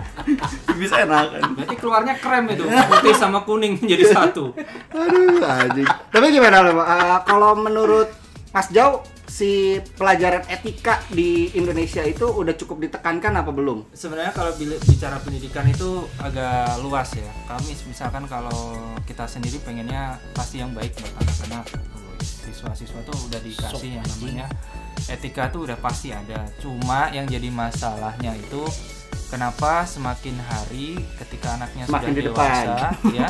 [SPEAKER 7] Pipis enak kan.
[SPEAKER 2] Berarti keluarnya krem itu. Putih sama kuning jadi satu.
[SPEAKER 1] Aduh, anjing. Tapi gimana lo? kalau menurut Mas Jau, si pelajaran etika di Indonesia itu udah cukup ditekankan apa belum?
[SPEAKER 2] sebenarnya kalau bila- bicara pendidikan itu agak luas ya kami misalkan kalau kita sendiri pengennya pasti yang baik buat anak-anak siswa-siswa tuh udah dikasih yang namanya etika tuh udah pasti ada cuma yang jadi masalahnya itu kenapa semakin hari ketika anaknya
[SPEAKER 1] Semakin di
[SPEAKER 2] sudah
[SPEAKER 1] depan.
[SPEAKER 2] dewasa ya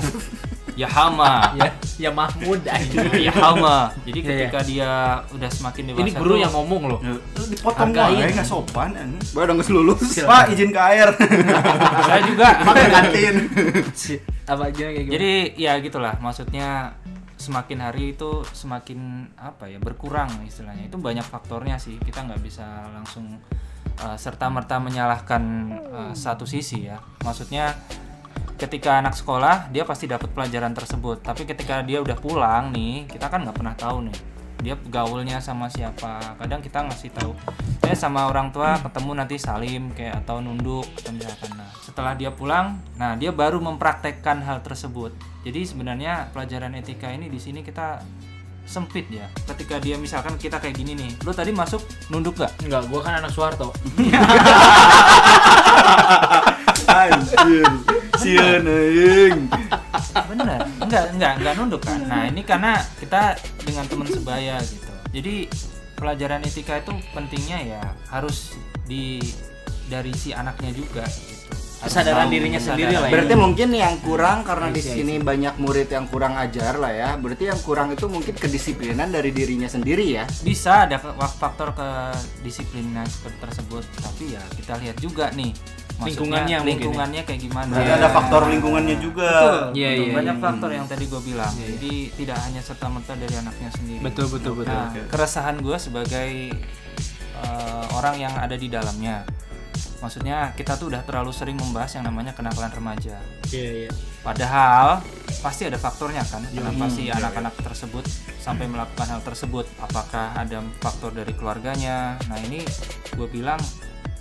[SPEAKER 2] ya hama
[SPEAKER 6] Ya, ya Mahmud anjing.
[SPEAKER 2] ya hama jadi
[SPEAKER 6] Iya, iya.
[SPEAKER 2] ketika dia udah semakin dewasa
[SPEAKER 6] Ini guru
[SPEAKER 2] tuh-
[SPEAKER 6] yang ngomong loh.
[SPEAKER 7] Lu Dipotong
[SPEAKER 6] Hargain.
[SPEAKER 7] wae enggak sopan anjing.
[SPEAKER 1] Gue udah nggak lulus.
[SPEAKER 7] Pak izin ke air.
[SPEAKER 2] saya juga
[SPEAKER 7] Pakai kantin.
[SPEAKER 6] Apa aja kayak Iya, gimana?
[SPEAKER 2] Jadi ya gitulah, maksudnya semakin hari itu semakin apa ya berkurang istilahnya. Itu banyak faktornya sih. Kita nggak bisa langsung serta merta menyalahkan eh, satu sisi ya. Maksudnya ketika anak sekolah dia pasti dapat pelajaran tersebut. Tapi ketika dia udah pulang nih, kita kan nggak pernah tahu nih dia gaulnya sama siapa kadang kita ngasih tahu saya sama orang tua ketemu nanti salim kayak atau nunduk atau misalkan nah setelah dia pulang nah dia baru mempraktekkan hal tersebut jadi sebenarnya pelajaran etika ini di sini kita sempit ya ketika dia misalkan kita kayak gini nih lu tadi masuk nunduk gak
[SPEAKER 6] Enggak, gua kan anak Soeharto.
[SPEAKER 7] Anjir. Sieun euing.
[SPEAKER 2] bener enggak enggak enggak nunduk kan nah ini karena kita dengan teman sebaya gitu jadi pelajaran etika itu pentingnya ya harus di dari si anaknya juga gitu Harus
[SPEAKER 6] Kesadaran
[SPEAKER 2] tahu,
[SPEAKER 6] dirinya
[SPEAKER 2] kesadaran.
[SPEAKER 6] sendiri lah ya.
[SPEAKER 2] Iya.
[SPEAKER 1] Berarti mungkin yang kurang karena di sini banyak murid yang kurang ajar lah ya. Berarti yang kurang itu mungkin kedisiplinan dari dirinya sendiri ya.
[SPEAKER 2] bisa ada ke- wak- faktor kedisiplinan seperti tersebut tapi ya kita lihat juga nih
[SPEAKER 6] Lingkungannya mungkin ya.
[SPEAKER 2] lingkungannya kayak gimana
[SPEAKER 7] Berarti ada faktor lingkungannya juga.
[SPEAKER 2] Betul,
[SPEAKER 6] Iya,
[SPEAKER 2] betul.
[SPEAKER 6] iya,
[SPEAKER 2] banyak
[SPEAKER 6] iya.
[SPEAKER 2] faktor yang tadi gue bilang jadi tidak hanya serta merta dari anaknya sendiri
[SPEAKER 6] Betul, betul, betul.
[SPEAKER 2] Nah, keresahan gue sebagai eh, orang yang ada di dalamnya maksudnya kita tuh udah terlalu sering membahas yang namanya kenakalan remaja
[SPEAKER 6] Iya, iya.
[SPEAKER 2] Padahal pasti ada faktornya kan kenapa sih anak-anak tersebut sampai melakukan hal tersebut? Apakah ada faktor dari keluarganya? Nah ini gue bilang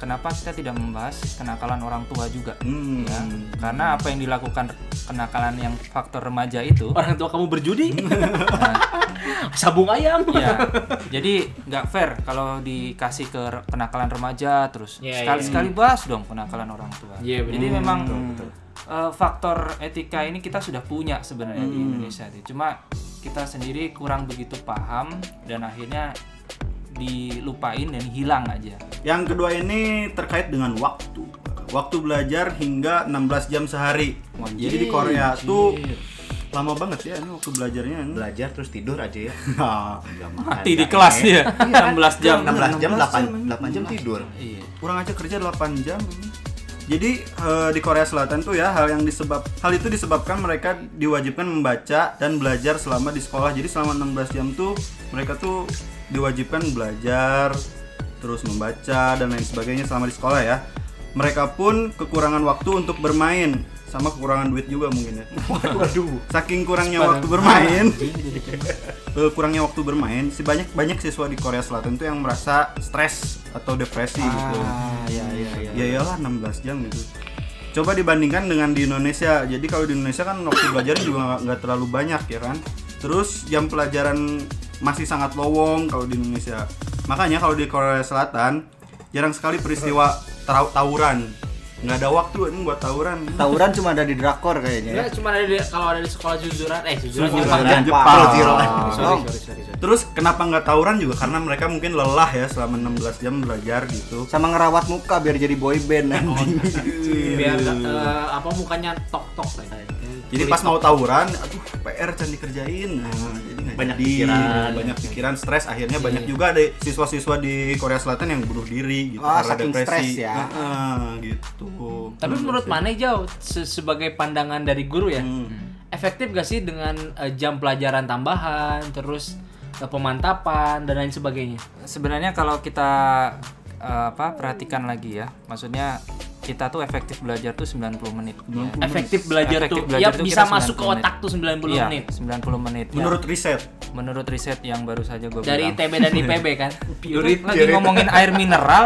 [SPEAKER 2] kenapa kita tidak membahas kenakalan orang tua juga
[SPEAKER 7] Hmm.
[SPEAKER 2] ya karena apa yang dilakukan kenakalan yang faktor remaja itu
[SPEAKER 6] Orang tua kamu berjudi? Ah, Sabung ayam.
[SPEAKER 2] ya jadi nggak fair kalau dikasih ke re- kenakalan remaja terus
[SPEAKER 6] Iya,
[SPEAKER 2] sekali
[SPEAKER 6] iya.
[SPEAKER 2] sekali bahas dong kenakalan orang tua
[SPEAKER 6] Iya, benar.
[SPEAKER 2] jadi memang eh, faktor etika ini kita sudah punya sebenarnya di Indonesia itu cuma kita sendiri kurang begitu paham dan akhirnya dilupain dan hilang aja
[SPEAKER 3] Yang kedua ini terkait dengan waktu. Waktu belajar hingga 16 jam sehari. Jadi di Korea tuh lama banget ya ini waktu belajarnya. ini.
[SPEAKER 7] Belajar terus tidur aja ya.
[SPEAKER 1] Oh,
[SPEAKER 3] Nah,
[SPEAKER 7] Nggak
[SPEAKER 2] mati
[SPEAKER 7] makan,
[SPEAKER 2] di
[SPEAKER 7] nggak
[SPEAKER 2] kelas
[SPEAKER 7] enak.
[SPEAKER 2] dia 16 jam
[SPEAKER 7] 16 jam 8
[SPEAKER 3] 16 jam,
[SPEAKER 7] 8 jam tidur.
[SPEAKER 2] iya
[SPEAKER 3] kurang aja kerja 8 jam ini. Jadi eh, di Korea Selatan tuh ya hal yang disebab hal itu disebabkan mereka diwajibkan membaca dan belajar selama di sekolah. Jadi selama 16 jam tuh mereka tuh diwajibkan belajar terus membaca dan lain sebagainya selama di sekolah ya. Mereka pun kekurangan waktu untuk bermain sama kekurangan duit juga mungkin ya. Waduh, saking kurangnya waktu bermain. Eh, kurangnya waktu bermain, si banyak banyak siswa di Korea Selatan tuh yang merasa stres atau depresi gitu.
[SPEAKER 1] ya ya ya.
[SPEAKER 7] Iya,
[SPEAKER 3] Ya iyalah 16 jam gitu. Coba dibandingkan dengan di Indonesia. Jadi kalau di Indonesia kan waktu belajar juga nggak- nggak terlalu banyak ya kan. Terus jam pelajaran masih sangat lowong kalau di Indonesia. Makanya kalau di Korea Selatan jarang sekali peristiwa tau- tawuran. Nggak ada waktu ini buat tawuran.
[SPEAKER 1] Tawuran cuma ada di drakor
[SPEAKER 2] Iya,
[SPEAKER 6] Ya,
[SPEAKER 1] kayaknya. ya.
[SPEAKER 6] cuma ada di, kalau ada di sekolah jujuran, eh jujuran
[SPEAKER 3] Jujuran.
[SPEAKER 6] Jepang
[SPEAKER 1] Jujuran
[SPEAKER 6] kan.
[SPEAKER 1] Jepang.
[SPEAKER 7] Kalau zero.
[SPEAKER 6] Sorry, sorry, sorry, sorry.
[SPEAKER 3] Terus kenapa nggak tawuran juga? Karena mereka mungkin lelah ya selama 16 jam belajar gitu.
[SPEAKER 1] Sama ngerawat muka biar jadi boy band anjing.
[SPEAKER 2] Iya.
[SPEAKER 6] Biar eh, apa mukanya tok tok tadi.
[SPEAKER 3] Jadi pas mau tawuran, aduh PR can dikerjain. Nah, jadi nggak
[SPEAKER 7] Banyak
[SPEAKER 3] jadi.
[SPEAKER 7] pikiran.
[SPEAKER 3] banyak pikiran, stres.
[SPEAKER 1] Iya,
[SPEAKER 3] Akhirnya banyak juga ada siswa-siswa di Korea Selatan yang bunuh diri gitu
[SPEAKER 1] Ah,
[SPEAKER 3] karena
[SPEAKER 1] saking
[SPEAKER 3] depresi.
[SPEAKER 1] stres ya.
[SPEAKER 3] Heeh, gitu.
[SPEAKER 6] Tapi menurut Mane jauh se- sebagai pandangan dari guru ya.
[SPEAKER 2] Hmm.
[SPEAKER 6] Efektif gak sih dengan eh, jam pelajaran tambahan, terus eh, pemantapan dan lain sebagainya?
[SPEAKER 2] sebenarnya kalau kita eh, apa perhatikan lagi ya maksudnya kita tuh efektif belajar tuh 90 menit ya.
[SPEAKER 6] Efektif belajar
[SPEAKER 2] Efektif
[SPEAKER 6] tuh
[SPEAKER 2] belajar
[SPEAKER 6] ya
[SPEAKER 2] tuh
[SPEAKER 6] bisa
[SPEAKER 2] kira
[SPEAKER 6] masuk ke
[SPEAKER 2] 90 menit.
[SPEAKER 6] otak tuh 90
[SPEAKER 2] Iya,
[SPEAKER 6] menit.
[SPEAKER 2] 90 menit ya.
[SPEAKER 3] Menurut riset,
[SPEAKER 1] Iya.
[SPEAKER 2] menurut riset yang baru saja gue bilang
[SPEAKER 6] Dari ITB dan IPB kan. Purit
[SPEAKER 2] lagi ngomongin air mineral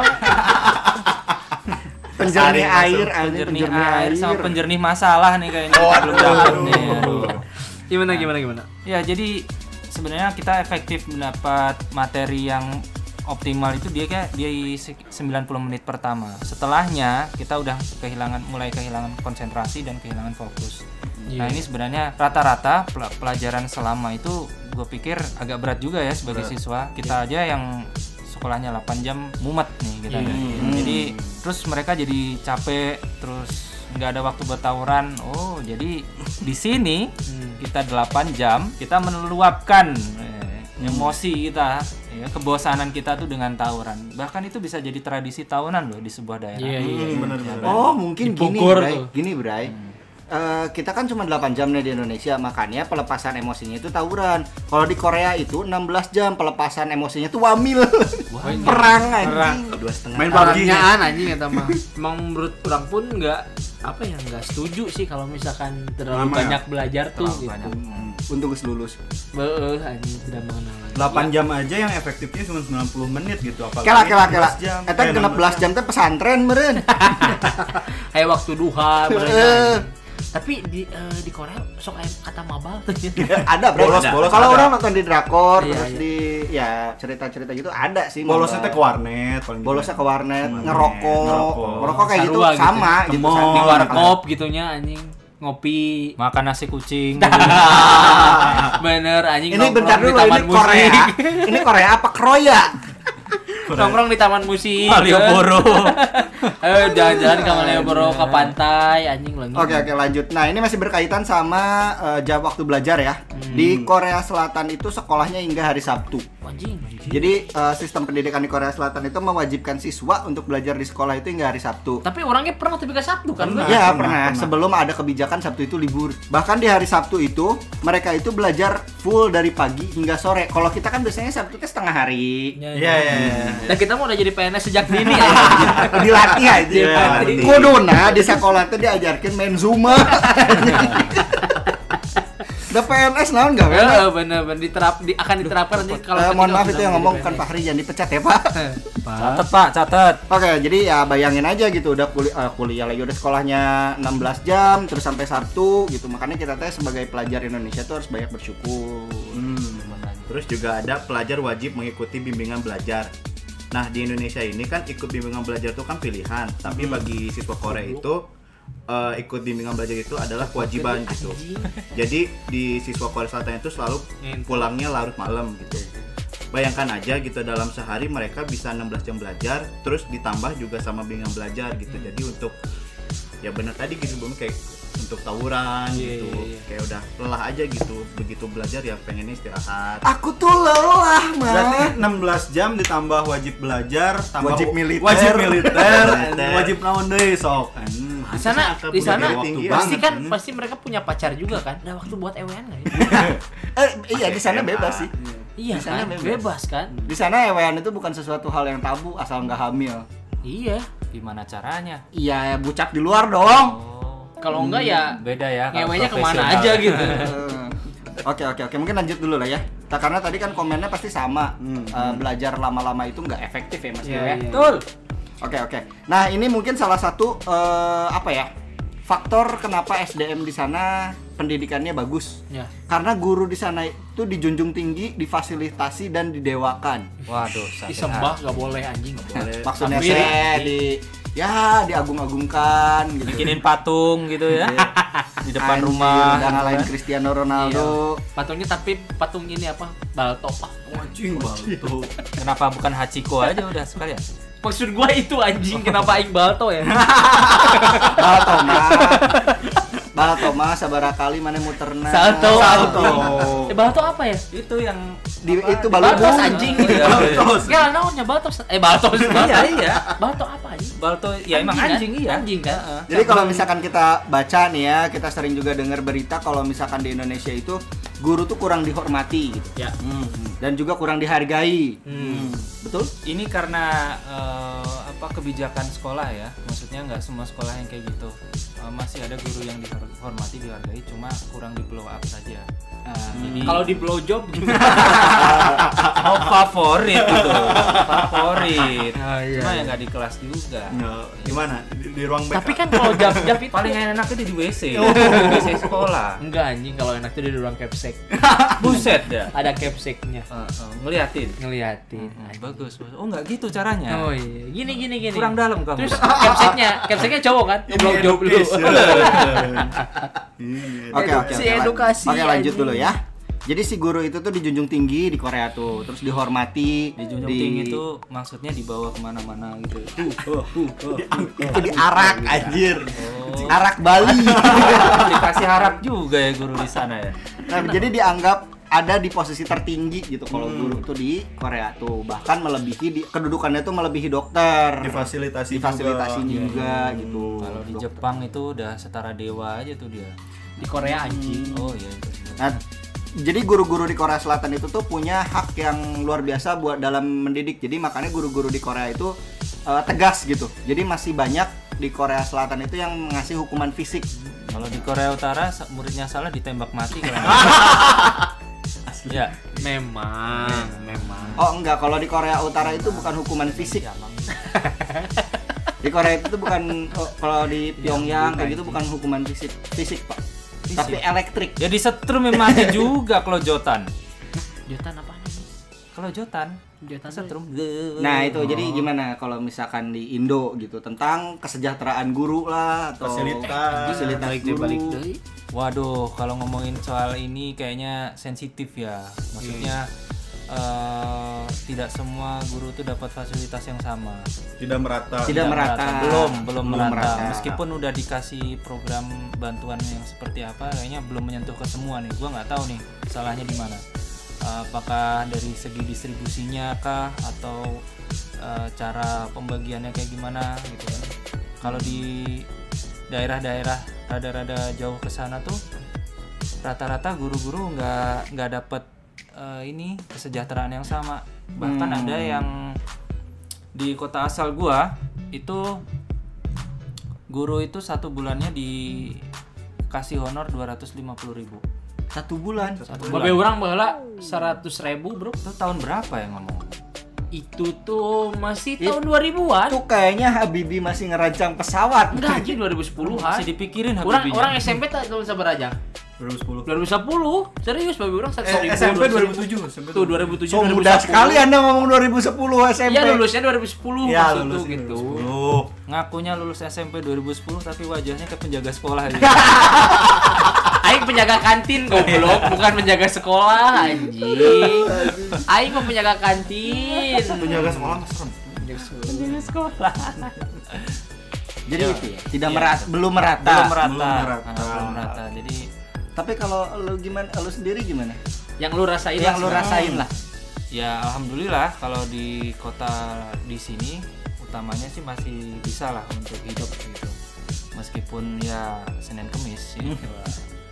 [SPEAKER 1] Penjernih air, anjing,
[SPEAKER 2] penjernih air sama penjernih masalah nih kayaknya kita belum dapat nih aduh.
[SPEAKER 6] Gimana gimana gimana?
[SPEAKER 2] ya jadi sebenarnya kita efektif mendapat materi yang optimal itu dia kayak dia di sek- 90 menit pertama setelahnya kita udah kehilangan mulai kehilangan konsentrasi dan kehilangan fokus nah ini sebenarnya rata-rata pel- pelajaran selama itu gue pikir agak berat Iya. juga ya sebagai siswa kita aja yang sekolahnya 8 jam mumet nih kita
[SPEAKER 6] Iya.
[SPEAKER 2] Hmm. jadi terus mereka jadi capek terus nggak ada waktu buat tawuran oh jadi di sini kita 8 jam kita meluapkan eh, emosi kita ya, kebosanan kita tuh dengan tawuran bahkan itu bisa jadi tradisi tahunan loh di sebuah daerah
[SPEAKER 6] Iya iya.
[SPEAKER 3] hmm, benar-benar.
[SPEAKER 1] Oh, mungkin
[SPEAKER 6] Di
[SPEAKER 1] gini,
[SPEAKER 6] Bogor
[SPEAKER 1] Bray.
[SPEAKER 6] tuh.
[SPEAKER 1] Gini, Bray. Eh, kita kan cuma 8 jam nih di Indonesia, makanya pelepasan emosinya itu tawuran. Kalau di Korea itu 16 jam pelepasan emosinya itu wamil. Perang anjing.
[SPEAKER 7] Dua setengah
[SPEAKER 3] main
[SPEAKER 2] ya?
[SPEAKER 3] pagi.
[SPEAKER 6] Pertanyaan anjing kata mah. Emang menurut orang pun nggak apa ya nggak setuju sih kalau misalkan terlalu
[SPEAKER 3] Lama ya?
[SPEAKER 6] banyak belajar tuh
[SPEAKER 2] Terlalu
[SPEAKER 6] gitu.
[SPEAKER 2] banyak.
[SPEAKER 1] Untung gus lulus.
[SPEAKER 6] Beuh, anjing tidak mengenal. lagi.
[SPEAKER 3] 8 jam aja yang efektifnya cuma 90 menit gitu apalagi.
[SPEAKER 1] Kela kela kela.
[SPEAKER 3] 16 jam.
[SPEAKER 1] Eta
[SPEAKER 3] Eh,
[SPEAKER 1] kena
[SPEAKER 3] 16
[SPEAKER 1] belas jam teh pesantren meren.
[SPEAKER 6] Kayak waktu duha berenang.
[SPEAKER 1] Eh.
[SPEAKER 6] Tapi di eh, di Korea sok aya kata mabal tuh ya.
[SPEAKER 1] ada bro.
[SPEAKER 3] Bolos,
[SPEAKER 1] Ada.
[SPEAKER 3] bolos
[SPEAKER 1] Kalau
[SPEAKER 3] ada.
[SPEAKER 1] orang nonton di drakor
[SPEAKER 6] Iya,
[SPEAKER 1] terus
[SPEAKER 6] iya.
[SPEAKER 1] di ya cerita-cerita gitu ada sih.
[SPEAKER 3] Bolosnya
[SPEAKER 1] Mbak.
[SPEAKER 3] teh ke warnet paling gitu.
[SPEAKER 1] bolosnya ke warnet,
[SPEAKER 3] Warnet,
[SPEAKER 1] ngerokok,
[SPEAKER 3] ngerokok.
[SPEAKER 1] ngerokok kayak gitu
[SPEAKER 6] Sarua gitu.
[SPEAKER 1] sama
[SPEAKER 3] Ke
[SPEAKER 1] gitu.
[SPEAKER 3] mall,
[SPEAKER 1] sama.
[SPEAKER 6] Di
[SPEAKER 3] Oh,
[SPEAKER 6] warkop gitunya anjing ngopi.
[SPEAKER 2] makan nasi kucing
[SPEAKER 6] Bener anjing
[SPEAKER 1] Ini bentar
[SPEAKER 6] nongkrong
[SPEAKER 1] dulu ini Korea. ini Korea apa Kroya?
[SPEAKER 6] Nongkrong di taman musik.
[SPEAKER 2] Malioboro
[SPEAKER 6] Ayo jalan-jalan ke Malioboro ke pantai anjing lagi.
[SPEAKER 1] Oke oke lanjut. Nah ini masih berkaitan sama eh, jam waktu belajar ya.
[SPEAKER 3] Hmm.
[SPEAKER 1] Di Korea Selatan itu sekolahnya hingga hari Sabtu.
[SPEAKER 6] Anjing.
[SPEAKER 1] Jadi eh, sistem pendidikan di Korea Selatan itu mewajibkan siswa untuk belajar di sekolah itu hingga hari Sabtu.
[SPEAKER 6] Tapi orangnya pernah tapi gak Sabtu kan?
[SPEAKER 3] Pernah.
[SPEAKER 1] Ya pernah,
[SPEAKER 3] pernah.
[SPEAKER 1] Sebelum ada kebijakan Sabtu itu libur. Bahkan di hari Sabtu itu mereka itu belajar full dari pagi hingga sore. Kalau kita kan biasanya Sabtu itu setengah hari.
[SPEAKER 6] Iya,
[SPEAKER 3] Iya iya iya.
[SPEAKER 6] Dan kita mau udah jadi PNS sejak dini ya.
[SPEAKER 1] dilatih aja
[SPEAKER 3] Dilatih.
[SPEAKER 1] kuduna di sekolah tuh diajarkan main zuma udah PNS naon enggak kan?
[SPEAKER 6] Ya, bener-bener diterap, di, akan diterapkan nanti kalau
[SPEAKER 1] Eh, mohon
[SPEAKER 6] ketika
[SPEAKER 1] maaf itu
[SPEAKER 6] sudah
[SPEAKER 1] yang ngomong
[SPEAKER 6] menjadi
[SPEAKER 1] bukan
[SPEAKER 6] PNS.
[SPEAKER 1] Pak Rijan dipecat ya Pak.
[SPEAKER 6] Eh,
[SPEAKER 2] Catat Pak, catat.
[SPEAKER 1] Oke, jadi ya bayangin aja gitu udah kuli- eh, kuliah lagi udah sekolahnya 16 jam terus sampai Sabtu gitu. Makanya kita teh sebagai pelajar Indonesia tuh harus banyak bersyukur.
[SPEAKER 7] Hmm. Terus juga ada pelajar wajib mengikuti bimbingan belajar. Nah, di Indonesia ini kan ikut bimbingan belajar itu kan pilihan, tapi bagi siswa Korea itu eh, ikut bimbingan belajar itu adalah kewajiban gitu. Jadi di siswa Korea Selatan itu selalu pulangnya larut malam gitu. Bayangkan aja gitu dalam sehari mereka bisa 16 jam belajar, terus ditambah juga sama bimbingan belajar gitu. Jadi untuk ya benar tadi gitu belum kayak untuk tawuran gitu, kayak udah lelah aja gitu. Begitu belajar ya pengennya istirahat.
[SPEAKER 6] Ah.
[SPEAKER 1] Aku tuh lelah, mah.
[SPEAKER 3] Berarti
[SPEAKER 6] ya?
[SPEAKER 3] 16 jam ditambah wajib belajar, tambah
[SPEAKER 7] Wajib militer.
[SPEAKER 3] wajib militer,
[SPEAKER 7] Militer.
[SPEAKER 3] wajib naon deui sok. Ah,
[SPEAKER 6] Di sana, di sana
[SPEAKER 7] Waktu
[SPEAKER 3] tinggi
[SPEAKER 6] pasti
[SPEAKER 3] banget
[SPEAKER 6] kan
[SPEAKER 3] ini.
[SPEAKER 6] pasti mereka punya pacar juga kan. Ada waktu buat EWN nggak ya?
[SPEAKER 1] Eh, iya di sana bebas sih.
[SPEAKER 6] iya
[SPEAKER 1] Di sana
[SPEAKER 6] kan,
[SPEAKER 1] bebas. Hmm.
[SPEAKER 6] bebas kan?
[SPEAKER 1] Di sana EWN itu bukan sesuatu hal yang tabu asal nggak hamil.
[SPEAKER 6] Iya.
[SPEAKER 2] Gimana caranya?
[SPEAKER 1] Iya, bucak di luar dong.
[SPEAKER 2] Oh,
[SPEAKER 6] Kalau enggak ya
[SPEAKER 2] beda ya. kalau
[SPEAKER 6] ngewenya kemana
[SPEAKER 2] profesional.
[SPEAKER 6] aja gitu.
[SPEAKER 1] Eh, Oke oke oke mungkin lanjut dulu lah ya. Ta- Karena tadi kan komennya pasti sama.
[SPEAKER 6] Hmm,
[SPEAKER 1] Eh, belajar lama-lama itu nggak efektif ya
[SPEAKER 6] Iya,
[SPEAKER 1] Mas Tio ya.
[SPEAKER 2] Betul.
[SPEAKER 1] Oke oke. Nah ini mungkin salah satu eh, apa ya faktor kenapa SDM di sana pendidikannya bagus.
[SPEAKER 6] Ya.
[SPEAKER 1] Karena guru di sana itu dijunjung tinggi, difasilitasi dan didewakan.
[SPEAKER 2] Waduh, sakit
[SPEAKER 6] Disembah nggak boleh anjing nggak boleh.
[SPEAKER 1] Maksudnya
[SPEAKER 6] Tapi-
[SPEAKER 1] saya di ya diagung-agungkan
[SPEAKER 2] hati.
[SPEAKER 1] gitu.
[SPEAKER 2] Bikinin patung gitu ya. Di depan
[SPEAKER 1] Anjir,
[SPEAKER 2] rumah.
[SPEAKER 1] udah ngalahin Cristiano Ronaldo.
[SPEAKER 6] Patungnya tapi patung ini apa? Balto.
[SPEAKER 3] Anjing banget.
[SPEAKER 2] Kenapa bukan Hachiko aja udah ya? sekalian?
[SPEAKER 6] Maksud gua itu anjing kenapa aing balto ya?
[SPEAKER 1] Balatoma. Balatoma sabaraha kali mana muterna.
[SPEAKER 6] Salto.
[SPEAKER 1] Salto.
[SPEAKER 6] Eh balto apa ya?
[SPEAKER 2] Itu yang
[SPEAKER 1] Di itu
[SPEAKER 6] Baltos
[SPEAKER 1] balubung.
[SPEAKER 6] anjing ini.
[SPEAKER 2] Iya,
[SPEAKER 6] Baltos. Ya, namanya Baltos. Eh Baltos. Balto.
[SPEAKER 2] iya.
[SPEAKER 6] Balto apa anjing?
[SPEAKER 2] Balto ya emang
[SPEAKER 6] kan?
[SPEAKER 2] anjing iya.
[SPEAKER 6] Anjing kan?
[SPEAKER 1] Jadi kalau misalkan kita baca nih ya, kita sering juga dengar berita kalau misalkan di Indonesia itu guru tuh kurang dihormati gitu.
[SPEAKER 6] Ya.
[SPEAKER 1] dan juga kurang dihargai. Hmm. Betul?
[SPEAKER 2] Ini karena eh, apa kebijakan sekolah ya. Maksudnya nggak semua sekolah yang kayak gitu. Eh, masih ada guru yang dihormati, dihargai, cuma kurang di blow up saja. Nah, Jadi
[SPEAKER 6] Kalau di blowjob gitu.
[SPEAKER 2] oh, favorit itu, favorit. Cuma yang nggak di kelas juga.
[SPEAKER 3] Ya, Gimana? Di, di ruang BK.
[SPEAKER 6] Tapi kan kalau jab jab itu
[SPEAKER 2] Paling enaknya di di WC, di WC sekolah.
[SPEAKER 6] enggak anjing kalau enak tuh di ruang capsek.
[SPEAKER 2] Buset dah.
[SPEAKER 6] Ada capseknya.
[SPEAKER 2] Eh, eh, ngeliatin.
[SPEAKER 6] Ngeliatin.
[SPEAKER 2] Hmm, bagus, bagus. Oh nggak gitu caranya.
[SPEAKER 6] Oh iya, gini gini gini.
[SPEAKER 2] Kurang dalam kamu.
[SPEAKER 6] Terus capseknya, capseknya cowok kan? Blowjob lu.
[SPEAKER 2] ya.
[SPEAKER 3] Iya.
[SPEAKER 1] Oke,
[SPEAKER 6] Edu-
[SPEAKER 1] oke.
[SPEAKER 6] si
[SPEAKER 1] oke, lan-
[SPEAKER 6] edukasi,
[SPEAKER 1] Oke, lanjut
[SPEAKER 6] anjing.
[SPEAKER 1] dulu ya. Jadi si guru itu tuh dijunjung tinggi di Korea tuh, terus dihormati,
[SPEAKER 2] dijunjung
[SPEAKER 1] di-
[SPEAKER 2] tinggi itu maksudnya dibawa kemana-mana gitu.
[SPEAKER 1] itu diarak anjir.
[SPEAKER 2] Oh.
[SPEAKER 1] Arak Bali.
[SPEAKER 2] Nah, dikasih harap juga ya guru di sana ya.
[SPEAKER 1] Nah, jadi dianggap ada di posisi tertinggi gitu kalau
[SPEAKER 2] Hmm.
[SPEAKER 1] guru tuh di Korea tuh bahkan melebihi di kedudukannya tuh melebihi dokter
[SPEAKER 3] difasilitasi
[SPEAKER 1] difasilitasi juga,
[SPEAKER 3] juga.
[SPEAKER 1] gitu
[SPEAKER 2] Iya, Kalau di
[SPEAKER 1] Dok-
[SPEAKER 2] Jepang itu udah setara dewa aja tuh dia.
[SPEAKER 6] Di Korea anjing.
[SPEAKER 2] Oh iya.
[SPEAKER 1] nah jadi guru-guru di Korea Selatan itu tuh punya hak yang luar biasa buat dalam mendidik jadi makanya guru-guru di Korea itu eh, tegas gitu jadi masih banyak di Korea Selatan itu yang ngasih hukuman fisik
[SPEAKER 2] Kalau di Korea Utara sa- muridnya salah ditembak mati kalau Asli. Ya.
[SPEAKER 6] Memang, memang.
[SPEAKER 1] oh enggak kalau di Korea Utara itu bukan hukuman fisik
[SPEAKER 2] Ya, Mang.
[SPEAKER 1] di Korea itu tuh bukan oh, kalau di Pyongyang kayak gitu bukan hukuman fisik fisik pak tapi elektrik
[SPEAKER 2] Ya disetrum ya mati juga kalau jotan.
[SPEAKER 6] Jotan apa nih?
[SPEAKER 2] Kalau jotan,
[SPEAKER 6] Jotan
[SPEAKER 2] setrum.
[SPEAKER 1] nah itu jadi gimana kalau misalkan di Indo gitu tentang kesejahteraan guru lah atau
[SPEAKER 3] Fasilitas.
[SPEAKER 1] fasilitas guru
[SPEAKER 2] Waduh, kalau ngomongin soal ini kayaknya sensitif ya.
[SPEAKER 1] Iya,
[SPEAKER 2] Maksudnya eh, tidak semua guru tuh dapat fasilitas yang sama.
[SPEAKER 3] Tidak merata.
[SPEAKER 1] Tidak merata.
[SPEAKER 2] Belum, belum,
[SPEAKER 1] Belum
[SPEAKER 2] merata.
[SPEAKER 1] merata.
[SPEAKER 2] Meskipun udah dikasih program bantuan yang seperti apa, kayaknya belum menyentuh ke semua nih. Gua nggak tahu nih salahnya di mana. Apakah dari segi distribusinya kah atau eh, cara pembagiannya kayak gimana gitu kan. Kalau di daerah-daerah rada-rada jauh ke sana tuh rata-rata guru-guru nggak nggak dapat ini kesejahteraan yang sama. Bahkan ada yang di kota asal gua itu guru itu satu bulannya dikasih honor 250.000 ribu
[SPEAKER 1] Satu bulan.
[SPEAKER 6] Babe orang bahala 100 ribu bro
[SPEAKER 2] Itu tahun berapa ya ngomong?
[SPEAKER 6] Itu tuh masih
[SPEAKER 1] It-
[SPEAKER 6] tahun 2000-an
[SPEAKER 1] Itu kayaknya Habibi masih ngerancang pesawat.
[SPEAKER 6] Enggak aja 2010-an
[SPEAKER 2] Masih dipikirin
[SPEAKER 6] Orang,
[SPEAKER 2] Habibinya.
[SPEAKER 6] orang SMP tak tahun sabar aja
[SPEAKER 3] 2010.
[SPEAKER 6] 2010 Serius babe orang satu
[SPEAKER 3] Eh,
[SPEAKER 6] ribu,
[SPEAKER 3] SMP 2007.
[SPEAKER 6] 2000.
[SPEAKER 3] SMP
[SPEAKER 6] Tuh 2007
[SPEAKER 1] So mudah
[SPEAKER 6] 2010.
[SPEAKER 1] sekali Anda ngomong 2010 SMP.
[SPEAKER 6] Iya lulusnya
[SPEAKER 3] Iya,
[SPEAKER 6] 2010 maksud tuh
[SPEAKER 3] lulusnya
[SPEAKER 6] gitu
[SPEAKER 3] 2010.
[SPEAKER 2] Ngakunya lulus SMP 2010 tapi wajahnya kayak penjaga sekolah aja.
[SPEAKER 6] Aing penjaga kantin goblok Bukan penjaga sekolah anjing Aing mau penjaga kantin
[SPEAKER 7] Penjaga sekolah mah serem.
[SPEAKER 1] Jadi itu ya, tidak merata, belum merata.
[SPEAKER 2] belum merata.
[SPEAKER 3] Belum merata.
[SPEAKER 2] Ah, belum merata. Jadi
[SPEAKER 1] Tapi kalau lu gimana lu sendiri gimana?
[SPEAKER 6] Yang lu rasain
[SPEAKER 1] Yang lu
[SPEAKER 6] langsung.
[SPEAKER 1] rasain lah.
[SPEAKER 2] ya alhamdulillah kalau di kota di sini utamanya sih masih bisa lah untuk hidup gitu. Meskipun ya Senin Kemis sih.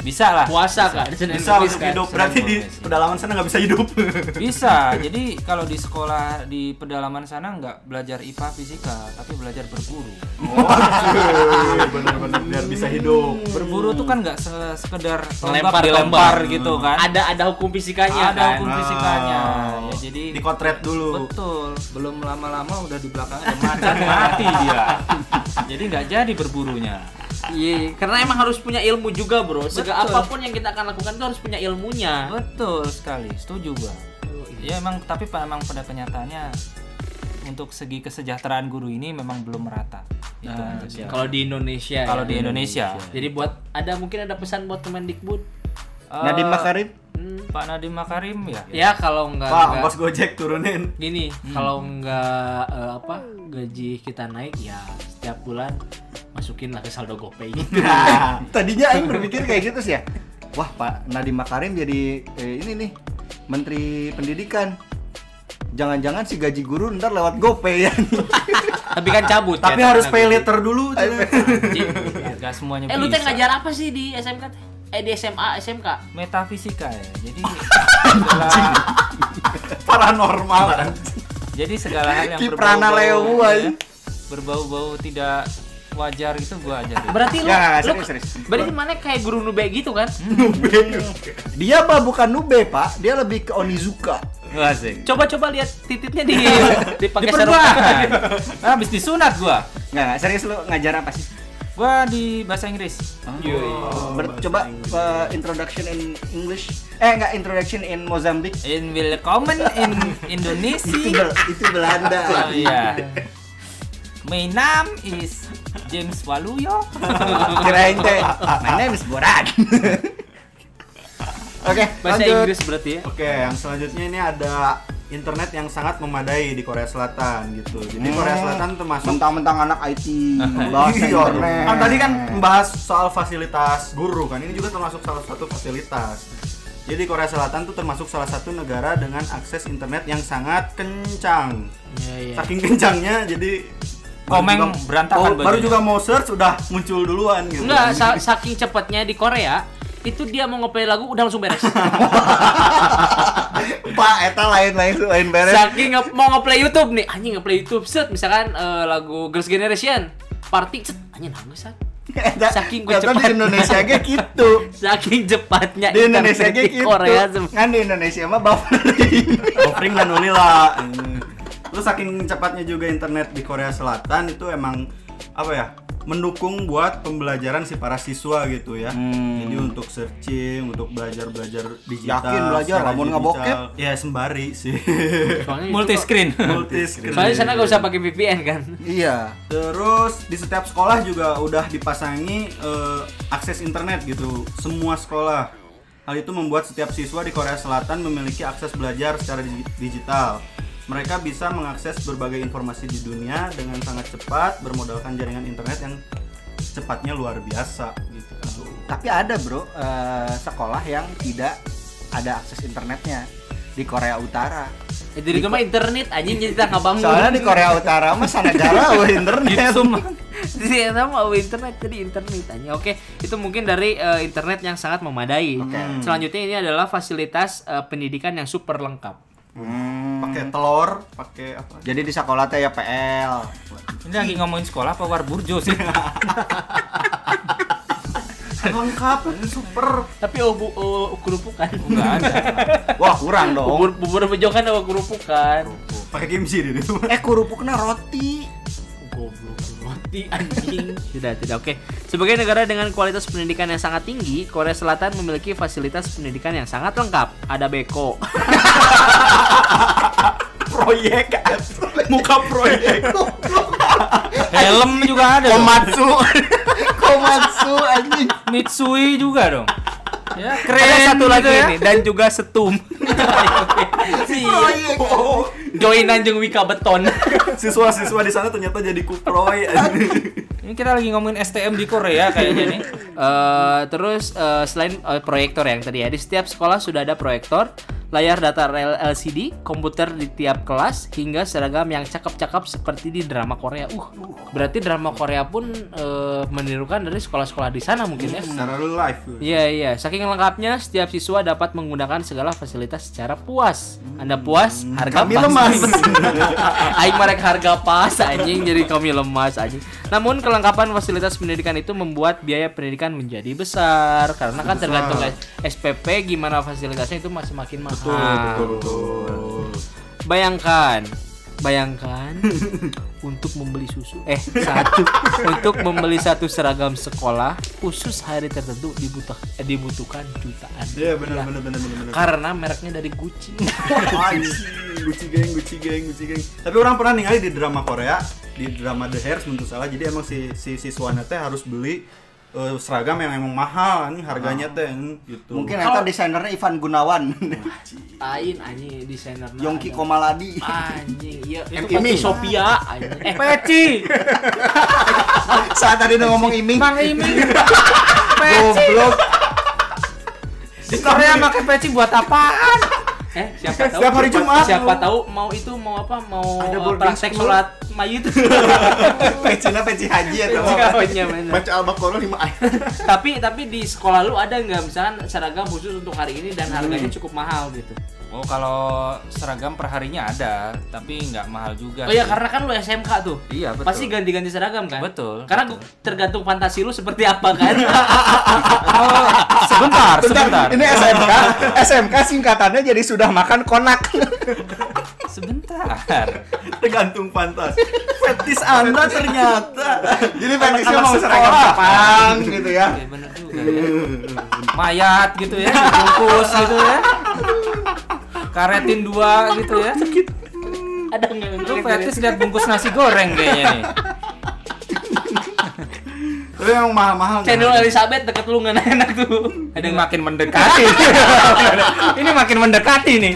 [SPEAKER 2] Bisa lah.
[SPEAKER 6] Puasa kak di Senin
[SPEAKER 3] Bisa
[SPEAKER 6] Kamis,
[SPEAKER 3] untuk
[SPEAKER 6] kan?
[SPEAKER 3] hidup
[SPEAKER 2] Serem
[SPEAKER 3] berarti di
[SPEAKER 2] banget sih.
[SPEAKER 3] pedalaman sana nggak bisa hidup.
[SPEAKER 2] Bisa. Jadi kalau di sekolah di pedalaman sana nggak belajar IPA fisika, tapi belajar berburu.
[SPEAKER 3] Oh, benar-benar biar bisa hidup.
[SPEAKER 2] Berburu tuh kan nggak se- sekedar tonggak
[SPEAKER 6] Melempar
[SPEAKER 2] dilempar
[SPEAKER 6] tombak.
[SPEAKER 2] gitu kan.
[SPEAKER 6] Ada ada hukum fisikanya
[SPEAKER 2] ada
[SPEAKER 6] kan?
[SPEAKER 2] hukum fisikanya.
[SPEAKER 3] Oh.
[SPEAKER 2] Ya, jadi
[SPEAKER 3] Nah, Dikotret dulu.
[SPEAKER 2] betul. Belum lama-lama udah di belakang ada macan mati dia. jadi nggak jadi berburunya.
[SPEAKER 6] Iya, karena emang harus punya ilmu juga, Bro. Segala
[SPEAKER 2] Betul.
[SPEAKER 6] apapun yang kita akan lakukan itu harus punya ilmunya.
[SPEAKER 2] Betul sekali. Setuju gua. Ya emang tapi pa- emang pada kenyataannya untuk segi kesejahteraan guru ini memang belum merata. Itu aja sih.
[SPEAKER 6] Kalau di Indonesia.
[SPEAKER 2] Kalau
[SPEAKER 6] ya.
[SPEAKER 2] di Indonesia.
[SPEAKER 6] Jadi buat ada mungkin ada pesan buat Kemendikbud.
[SPEAKER 2] Eh,
[SPEAKER 1] Nadiem Makarim
[SPEAKER 2] Pak Nadiem Makarim ya.
[SPEAKER 6] Ya kalau nggak
[SPEAKER 3] Pak,
[SPEAKER 6] nggak-
[SPEAKER 3] ongkos Gojek turunin.
[SPEAKER 6] gini, kalau nggak eh, apa gaji kita naik ya setiap bulan masukin lah ke saldo GoPay gitu.
[SPEAKER 1] Ah. Tadinya Aing berpikir kayak gitu sih ya. Wah Pak Nadiem Makarim jadi eh, ini nih Menteri Pendidikan. Jangan-jangan si gaji guru ntar lewat GoPay ya.
[SPEAKER 6] Tapi kan cabut ya,
[SPEAKER 3] Tapi harus
[SPEAKER 6] karena
[SPEAKER 3] pay
[SPEAKER 6] gitu.
[SPEAKER 3] later dulu.
[SPEAKER 6] Anjing.
[SPEAKER 2] Gak Iya, semuanya
[SPEAKER 6] Eh lu teh
[SPEAKER 2] bisa.
[SPEAKER 6] ngajar apa sih di SMK teh? Eh di SMA, SMK.
[SPEAKER 2] metafisika ya. Jadi segala,
[SPEAKER 3] Paranormal.
[SPEAKER 2] jadi segala hal yang
[SPEAKER 1] Ki Pranaleo
[SPEAKER 2] berbau-bau
[SPEAKER 1] gua
[SPEAKER 2] ya, berbau-bau tidak wajar itu gua ajarin.
[SPEAKER 6] Berarti lu,
[SPEAKER 1] Nggak, nggak, nggak, Ya,
[SPEAKER 6] lu
[SPEAKER 1] serius, serius.
[SPEAKER 6] Berarti mana kayak guru nube gitu kan?
[SPEAKER 1] Dia mah bukan Nube Pak, dia lebih ke Onizuka.
[SPEAKER 2] Asik.
[SPEAKER 6] Coba-coba lihat titiknya di dipakai serung.
[SPEAKER 2] Diperban. Nah, Habis disunat gua.
[SPEAKER 1] Nggak, nggak serius lu ngajar apa sih?
[SPEAKER 2] Gua di bahasa Inggris.
[SPEAKER 1] Ber- coba uh, introduction in English. Eh nggak introduction in Mozambik.
[SPEAKER 2] In welcome in
[SPEAKER 1] Itu
[SPEAKER 2] Indonesia.
[SPEAKER 1] Bel- itu Belanda.
[SPEAKER 2] Oh iya. My name is James Waluyo.
[SPEAKER 1] Kirain teh. My name is Boran. Oke,
[SPEAKER 6] Bahasa
[SPEAKER 1] lanjut.
[SPEAKER 6] Inggris berarti ya.
[SPEAKER 3] Oke, yang selanjutnya ini ada internet yang sangat memadai di Korea Selatan gitu. Jadi Korea
[SPEAKER 1] Hmm.
[SPEAKER 3] Selatan termasuk
[SPEAKER 1] Mentang-mentang anak IT bahasa Ah,
[SPEAKER 3] Iya,
[SPEAKER 1] internet.
[SPEAKER 3] kan tadi kan membahas soal fasilitas guru kan ini juga termasuk salah satu fasilitas. Jadi Korea Selatan tuh termasuk salah satu negara dengan akses internet yang sangat kencang.
[SPEAKER 6] Iya iya.
[SPEAKER 3] Saking kencangnya jadi
[SPEAKER 2] Komeng
[SPEAKER 3] baru juga- oh,
[SPEAKER 2] berantakan
[SPEAKER 3] baru
[SPEAKER 2] bajunya.
[SPEAKER 3] juga mau search udah muncul duluan gitu.
[SPEAKER 6] Enggak, sa- saking cepatnya di Korea itu dia mau ngeplay lagu udah langsung beres.
[SPEAKER 1] Pak eta lain-lain lain beres.
[SPEAKER 6] saking nge- mau ngeplay YouTube nih, anjing ngeplay YouTube set misalkan eh, lagu Girls Generation Party set anjing nangis set.
[SPEAKER 1] Eta
[SPEAKER 6] saking gua
[SPEAKER 1] eta di
[SPEAKER 6] cepat.
[SPEAKER 1] Indonesia ge gitu.
[SPEAKER 6] Saking cepatnya
[SPEAKER 1] Di Indonesia ge
[SPEAKER 6] internet di
[SPEAKER 1] gitu.
[SPEAKER 6] Korea sem-
[SPEAKER 1] Kan di Indonesia mah buffering.
[SPEAKER 3] Offering dan Unila. Terus saking cepatnya juga internet di Korea Selatan itu emang apa ya? mendukung buat pembelajaran si para siswa gitu ya.
[SPEAKER 6] Hmm.
[SPEAKER 3] Jadi untuk searching, untuk belajar-belajar digital.
[SPEAKER 1] Yakin belajar,
[SPEAKER 3] secara
[SPEAKER 1] lamun nggak
[SPEAKER 3] digital.
[SPEAKER 1] bokep?
[SPEAKER 3] Ya sembari sih.
[SPEAKER 6] Soalnya itu-
[SPEAKER 2] Multi screen.
[SPEAKER 3] Multi
[SPEAKER 6] Soalnya sana gak usah pakai VPN kan.
[SPEAKER 1] Iya.
[SPEAKER 3] Terus di setiap sekolah juga udah dipasangi eh, akses internet gitu, semua sekolah. Hal itu membuat setiap siswa di Korea Selatan memiliki akses belajar secara di- digital. Mereka bisa mengakses berbagai informasi di dunia dengan sangat cepat bermodalkan jaringan internet yang cepatnya luar biasa gitu.
[SPEAKER 1] Tapi ada bro eh, sekolah yang tidak ada akses internetnya di Korea Utara.
[SPEAKER 6] Eh, Jadi itu mah internet anjing jadi tak ngabangun.
[SPEAKER 1] Soalnya di Korea Utara mah sanagara eueuh internet.
[SPEAKER 2] Gitu,
[SPEAKER 6] Jadi kita mau internet jadi internet aja. Oke, itu mungkin dari eh, internet yang sangat memadai. Selanjutnya ini adalah fasilitas eh, pendidikan yang super lengkap.
[SPEAKER 1] Hmm.
[SPEAKER 3] Pakai telur, pakai apa?
[SPEAKER 1] Jadi di sekolah teh ya PL.
[SPEAKER 2] Ini lagi ngomongin sekolah apa war burjo sih?
[SPEAKER 3] Kan lengkap super
[SPEAKER 6] Tapi obu, o- kerupukan.
[SPEAKER 2] Enggak ada.
[SPEAKER 1] Wah kurang dong.
[SPEAKER 6] Bubur bubur bejokan sama kerupukan.
[SPEAKER 3] pakai kimchi di itu
[SPEAKER 1] Eh kerupuknya roti.
[SPEAKER 6] Goblok roti anjing. tidak, tidak. Oke. Sebagai negara dengan kualitas pendidikan yang sangat tinggi, Korea Selatan memiliki fasilitas pendidikan yang sangat lengkap. Ada beko.
[SPEAKER 1] Proyek.
[SPEAKER 8] Muka proyek.
[SPEAKER 2] Helm juga ada. dong.
[SPEAKER 8] Komatsu.
[SPEAKER 1] Komatsu anjing.
[SPEAKER 2] Mitsui juga dong. Ya, keren
[SPEAKER 6] Ada satu
[SPEAKER 2] gitu
[SPEAKER 6] lagi
[SPEAKER 2] ya.
[SPEAKER 6] ini dan juga setum.
[SPEAKER 1] Proyek.
[SPEAKER 6] Join Anjung Wika Beton.
[SPEAKER 3] siswa-siswa di sana ternyata jadi kuproy
[SPEAKER 2] Ini kita lagi ngomongin STM di Korea kayaknya nih.
[SPEAKER 6] Eh, terus eh, selain eh, proyektor yang tadi ya, di setiap sekolah sudah ada proyektor, layar data rel- LCD, komputer di tiap kelas, hingga seragam yang cakep-cakep seperti di drama Korea. Uh, berarti drama Korea pun eh, menirukan dari sekolah-sekolah di sana mungkin ya?
[SPEAKER 3] secara live
[SPEAKER 6] Iya iya, saking lengkapnya setiap siswa dapat menggunakan segala fasilitas secara puas. Anda puas, harga
[SPEAKER 1] Hmm, Kami
[SPEAKER 6] pas.
[SPEAKER 1] lemas.
[SPEAKER 6] Aing merek harga pas anjing jadi kami lemas anjing. Namun kelengkapan fasilitas pendidikan itu membuat biaya pendidikan menjadi besar karena kan tergantung SPP gimana fasilitasnya itu masih makin mahal. Bayangkan, bayangkan untuk membeli susu eh satu untuk membeli satu seragam sekolah khusus hari tertentu dibutuh eh, dibutuhkan jutaan
[SPEAKER 3] iya benar benar benar benar benar
[SPEAKER 6] karena mereknya dari Gucci.
[SPEAKER 3] Anjing, Gucci geng, Gucci geng, Gucci geng. Tapi orang pernah ningali di drama Korea, di drama The Hair menurut salah. Jadi emang si si siswana teh harus beli eh, seragam yang emang mahal anjing harganya teh gitu.
[SPEAKER 1] Mungkin nanti desainernya Ivan Gunawan,
[SPEAKER 6] Lain anjing desainer
[SPEAKER 1] Yongki Komaladi.
[SPEAKER 2] Ah.
[SPEAKER 6] anjing iya
[SPEAKER 1] And
[SPEAKER 6] itu pasti
[SPEAKER 1] Iming.
[SPEAKER 6] Sophia anjing eh
[SPEAKER 2] Peci.
[SPEAKER 1] Saat tadi udah ngomong iming.
[SPEAKER 2] Mang Iming.
[SPEAKER 1] Goblok.
[SPEAKER 2] Di Korea pakai peci buat apaan?
[SPEAKER 6] eh siapa tahu
[SPEAKER 3] Setiap hari
[SPEAKER 6] siapa-
[SPEAKER 3] Jumat.
[SPEAKER 6] siapa tahu mau itu mau apa mau
[SPEAKER 3] Ada
[SPEAKER 6] eh,
[SPEAKER 3] boarding
[SPEAKER 6] praktek
[SPEAKER 3] school.
[SPEAKER 6] sholat mayit
[SPEAKER 1] Pensiunnya pensi haji ya
[SPEAKER 6] Pensi kawannya, bener.
[SPEAKER 8] Baca Al-Baqarah 5 ayat.
[SPEAKER 6] tapi tapi di sekolah lu ada nggak misalkan seragam khusus untuk hari ini dan
[SPEAKER 2] Hmm.
[SPEAKER 6] harganya cukup mahal gitu
[SPEAKER 2] Oh, kalau seragam perharinya ada, tapi nggak mahal juga.
[SPEAKER 6] oh
[SPEAKER 2] Iya
[SPEAKER 6] ya
[SPEAKER 2] sih.
[SPEAKER 6] karena kan lu SMK tuh
[SPEAKER 2] Iya, betul.
[SPEAKER 6] pasti ganti-ganti seragam kan
[SPEAKER 2] Betul,
[SPEAKER 6] karena gu- tergantung fantasi lu seperti apa kan
[SPEAKER 2] Oh, sebentar, sebentar.
[SPEAKER 1] Ini SMK, SMK singkatannya jadi sudah makan konak.
[SPEAKER 2] Sebentar.
[SPEAKER 3] tergantung pantas. Fetis Anda ternyata.
[SPEAKER 1] Jadi pensiunnya
[SPEAKER 3] Anak-anak
[SPEAKER 1] mau
[SPEAKER 3] seragam
[SPEAKER 1] sekolah Jepang gitu ya.
[SPEAKER 2] Iya, bener juga ya. Mayat gitu ya, dibungkus gitu ya. Karetin dua gitu ya.
[SPEAKER 6] ada nggak
[SPEAKER 2] Itu fetis lihat bungkus nasi goreng kayaknya nih.
[SPEAKER 3] Tapi emang mahal-mahal. kan?
[SPEAKER 6] channel Elizabeth deket lu nggak enak tuh ada
[SPEAKER 2] Ini
[SPEAKER 6] nggak
[SPEAKER 2] makin mendekati. Ini makin mendekati nih.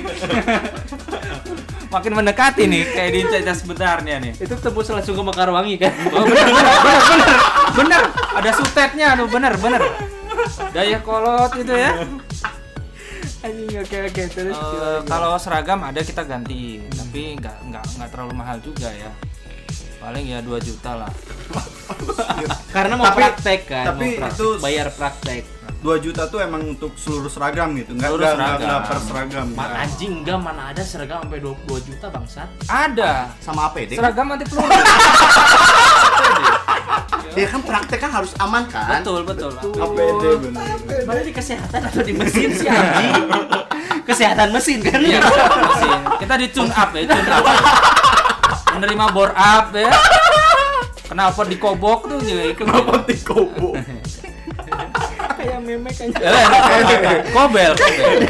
[SPEAKER 2] makin mendekati nih kayak diincar sebenarnya nih.
[SPEAKER 6] itu tebus langsung ke Mekarwangi kan
[SPEAKER 2] Oh, bener, bener, bener, bener, bener. Ada sutetnya, aduh bener, bener. Daya kolot gitu ya.
[SPEAKER 6] anjing oke oke terus
[SPEAKER 2] Eh, kalau seragam ada kita ganti, tapi nggak nggak nggak terlalu mahal juga ya. Paling ya 2 juta lah.
[SPEAKER 6] karena mau
[SPEAKER 3] Tapi-
[SPEAKER 6] praktek kan
[SPEAKER 3] tapi
[SPEAKER 6] mau praktek.
[SPEAKER 3] itu-
[SPEAKER 6] bayar praktek
[SPEAKER 3] 2 juta tuh emang untuk seluruh seragam gitu. Enggak
[SPEAKER 2] Seluruh
[SPEAKER 3] enggak enggak
[SPEAKER 2] seragam.
[SPEAKER 3] enggak per seragam. ya.
[SPEAKER 2] Iya.
[SPEAKER 6] Ma- anjing enggak mana ada seragam sampai 2 juta bangsat
[SPEAKER 2] Ada.
[SPEAKER 8] Sama apa ya, Dek?
[SPEAKER 2] Seragam anti peluru.
[SPEAKER 1] Iya,
[SPEAKER 8] Dia kan praktek kan harus aman kan?
[SPEAKER 2] betul, betul.
[SPEAKER 3] APD benar.
[SPEAKER 2] Eh,
[SPEAKER 6] mana di kesehatan atau di mesin sih anjing kesehatan mesin kan
[SPEAKER 2] Iya, mesin. Kita di tune up ya, tune up. Menerima bore up ya. Kenapa dikobok tuh juga ikut.
[SPEAKER 8] Penting kobo.
[SPEAKER 6] kayak meme kan
[SPEAKER 2] Eh, kobel, kobel.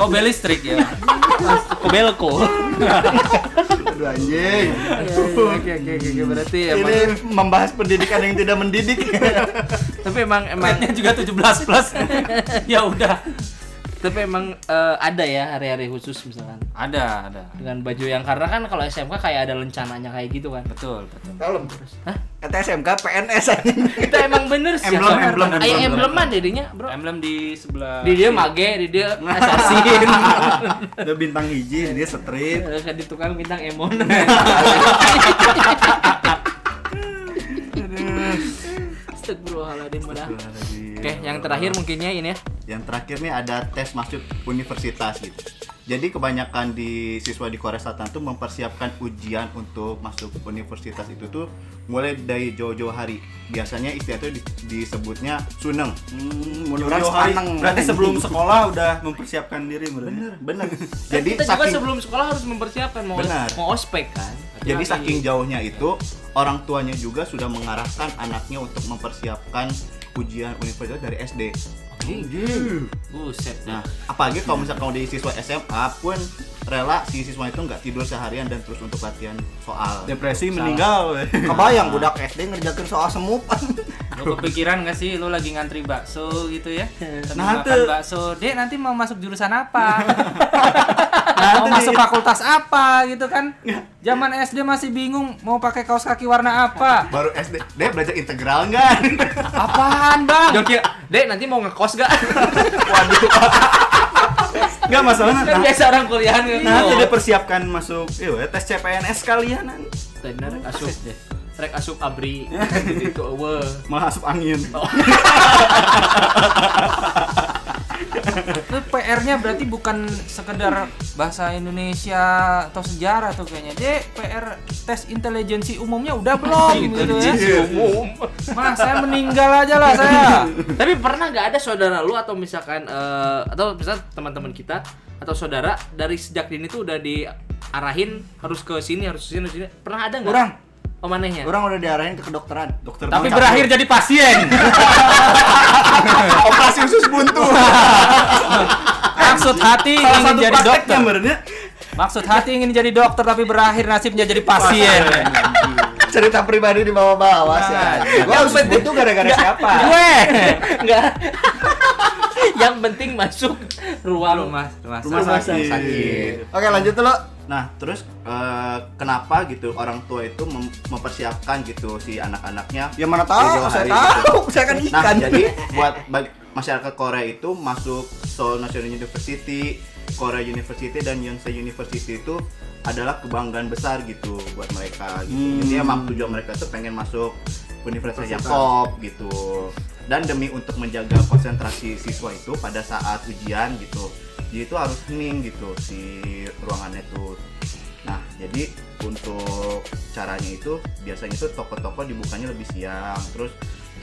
[SPEAKER 2] Kobel listrik ya.
[SPEAKER 6] kobelko
[SPEAKER 1] Aduh anjing.
[SPEAKER 6] oke oke oke berarti
[SPEAKER 9] Iya,
[SPEAKER 1] Ini membahas pendidikan yang tidak mendidik.
[SPEAKER 6] tapi emang emang
[SPEAKER 2] Mainnya juga 17 plus. ya udah.
[SPEAKER 6] tapi emang eh, ada ya hari-hari khusus misalkan
[SPEAKER 2] Ada, ada.
[SPEAKER 6] dengan baju yang karena kan kalau SMK kayak ada rencananya kayak gitu kan
[SPEAKER 2] Betul, betul.
[SPEAKER 1] Tolong. Kata SMK PNS anjing.
[SPEAKER 6] itu emang bener sih
[SPEAKER 3] Emblem,
[SPEAKER 6] Apa?
[SPEAKER 3] emblem,
[SPEAKER 6] Ay,
[SPEAKER 3] emblem,
[SPEAKER 6] embleman jadinya bro
[SPEAKER 2] Emblem di sebelah
[SPEAKER 6] di dia mage di dia assassin
[SPEAKER 3] Ada bintang hiji, dia strip.
[SPEAKER 6] Eh, di tukang bintang emon Astagfirullahaladzim udah. Oke, yang terakhir mungkinnya ini ya.
[SPEAKER 8] Yang terakhir nih ada tes masuk universitas gitu.
[SPEAKER 3] Jadi kebanyakan di siswa di Korea Selatan tuh mempersiapkan ujian untuk masuk universitas itu tuh mulai dari jauh-jauh hari. Biasanya istilah itu di- disebutnya suneng.
[SPEAKER 1] Hmm, Munduran
[SPEAKER 9] Jauh hari.
[SPEAKER 1] sepaneng.
[SPEAKER 9] Berarti sebelum sekolah udah mempersiapkan diri berarti.
[SPEAKER 3] Bener, bener. Jadi
[SPEAKER 6] Kan kita juga
[SPEAKER 3] saking
[SPEAKER 6] sebelum sekolah harus mempersiapkan mau
[SPEAKER 3] Benar.
[SPEAKER 6] mau ospek kan.
[SPEAKER 3] Jadi saking jauhnya itu orang tuanya juga sudah mengarahkan anaknya untuk mempersiapkan ujian universitas dari SD.
[SPEAKER 6] Buset
[SPEAKER 3] Nah, apalagi kalau misalkan udah siswa SMA pun rela si siswa itu nggak tidur seharian dan terus untuk latihan soal.
[SPEAKER 9] Depresi meninggal. weh.
[SPEAKER 1] Kebayang budak SD ngerjakan soal semup.
[SPEAKER 2] Lu kepikiran gak sih lu lagi ngantri bakso gitu ya? Tapi
[SPEAKER 9] Nah,
[SPEAKER 2] makan
[SPEAKER 9] tuh.
[SPEAKER 2] bakso, Dek Eh, nanti mau masuk jurusan apa? mau masuk fakultas apa gitu kan? Zaman SD masih bingung mau pakai kaos kaki warna apa?
[SPEAKER 3] Baru SD, dia belajar integral nggak?
[SPEAKER 2] Apaan, Bang?
[SPEAKER 6] Joki, ah, Dek nanti mau ngekos gak?
[SPEAKER 9] Enggak masalahnya.
[SPEAKER 6] kan
[SPEAKER 9] Nah,
[SPEAKER 6] biasa orang Oh, kuliahan ngekos.
[SPEAKER 9] nah itu dipersiapkan masuk iya, weh, tes CPNS kalian. nah.
[SPEAKER 6] Bener, rek asup deh. Rek asup abri gitu itu eueuh.
[SPEAKER 9] Malah asup angin.
[SPEAKER 2] Itu PR-nya berarti bukan sekedar bahasa Indonesia atau sejarah tuh kayaknya. Dek, PR tes intelijensi umumnya udah belum gitu ya? Mas, saya meninggal aja lah saya.
[SPEAKER 6] Tapi pernah nggak ada saudara lu atau misalkan eh, atau misal teman-teman kita atau saudara dari sejak dini tuh udah diarahin harus ke sini harus ke sini harus ke sini pernah ada nggak?
[SPEAKER 1] Kurang.
[SPEAKER 6] Pemanehnya.
[SPEAKER 1] Orang udah diarahin ke kedokteran.
[SPEAKER 9] Dokter
[SPEAKER 2] Tapi
[SPEAKER 9] Bang.
[SPEAKER 2] berakhir jadi pasien.
[SPEAKER 3] Operasi usus buntu.
[SPEAKER 2] Maksud hati
[SPEAKER 9] salah
[SPEAKER 2] ingin
[SPEAKER 9] satu
[SPEAKER 2] jadi
[SPEAKER 9] prakteknya
[SPEAKER 2] dokter.
[SPEAKER 9] berarti.
[SPEAKER 2] Maksud hati ingin jadi dokter tapi berakhir nasibnya jadi pasien.
[SPEAKER 1] Cerita pribadi di bawah-bawah
[SPEAKER 6] Nah,
[SPEAKER 1] sih. Gua harus itu gara-gara siapa?
[SPEAKER 2] Gue.
[SPEAKER 6] Enggak. Yang penting masuk ruang
[SPEAKER 2] Rumah, rumah
[SPEAKER 9] Rumah
[SPEAKER 2] sakit.
[SPEAKER 9] sakit.
[SPEAKER 1] Oke, lanjut dulu.
[SPEAKER 3] Nah, terus eh, kenapa gitu orang tua itu mem- mempersiapkan gitu si anak-anaknya?
[SPEAKER 1] Ya mana tahu,
[SPEAKER 3] Jauh-jauh
[SPEAKER 1] saya
[SPEAKER 3] hari
[SPEAKER 1] tahu.
[SPEAKER 3] gitu.
[SPEAKER 1] Saya kan
[SPEAKER 3] Nah,
[SPEAKER 1] ikan.
[SPEAKER 3] jadi buat bag- masyarakat Korea itu masuk Seoul National University, Korea University dan Yonsei University itu adalah kebanggaan besar gitu buat mereka gitu. Jadi emang tujuan mereka tuh pengen masuk universitas yang top gitu. Dan demi untuk menjaga konsentrasi siswa itu pada saat ujian gitu. Jadi itu harus hening gitu si ruangannya tuh. Nah, jadi untuk caranya itu biasanya itu toko-toko dibukanya lebih siang. Terus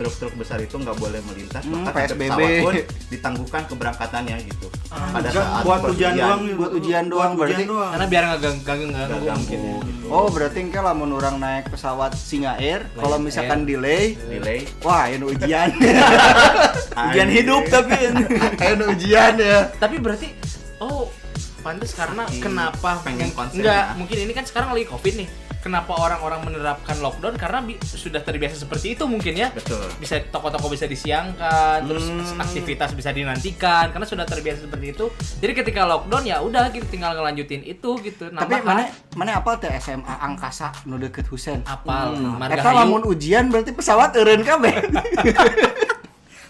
[SPEAKER 3] truk-truk besar itu nggak boleh melintas
[SPEAKER 1] Hmm,
[SPEAKER 3] bahkan
[SPEAKER 1] PSBB.
[SPEAKER 3] sampai pesawat pun ditangguhkan keberangkatannya gitu pada
[SPEAKER 9] Ah, Enggak,
[SPEAKER 3] saat
[SPEAKER 9] buat ujian doang,
[SPEAKER 1] Buat ujian doang,
[SPEAKER 9] buat
[SPEAKER 1] berarti.
[SPEAKER 9] ujian doang.
[SPEAKER 6] karena biar nggak gang- ganggu nggak
[SPEAKER 3] nggak
[SPEAKER 6] ganggu
[SPEAKER 3] ganggu
[SPEAKER 6] mungkin.
[SPEAKER 3] gitu
[SPEAKER 1] Oh, berarti engke lamun orang naik pesawat Singa Air, kalau misalkan delay,
[SPEAKER 3] delay
[SPEAKER 1] wah, ini ujian.
[SPEAKER 9] Ujian
[SPEAKER 3] Ah,
[SPEAKER 9] hidup
[SPEAKER 3] iya.
[SPEAKER 9] tapi
[SPEAKER 1] Ini ujian ya.
[SPEAKER 6] Tapi berarti oh pantas karena
[SPEAKER 3] Saking
[SPEAKER 6] kenapa
[SPEAKER 3] pengen konsen
[SPEAKER 6] Nggak,
[SPEAKER 3] ya.
[SPEAKER 6] mungkin ini kan sekarang lagi covid nih. Kenapa orang-orang menerapkan lockdown karena bi- sudah terbiasa seperti itu mungkin ya?
[SPEAKER 3] betul Hmm.
[SPEAKER 6] bisa toko-toko bisa disiangkan terus aktivitas bisa dinantikan karena sudah terbiasa seperti itu jadi ketika lockdown ya udah kita tinggal ngelanjutin itu gitu
[SPEAKER 1] Tapi
[SPEAKER 6] Nambah
[SPEAKER 1] mana mana apa teh SMA Angkasa nu deket Husen?
[SPEAKER 6] apal marga
[SPEAKER 1] Eta lamun ujian berarti pesawat eureun kabeh.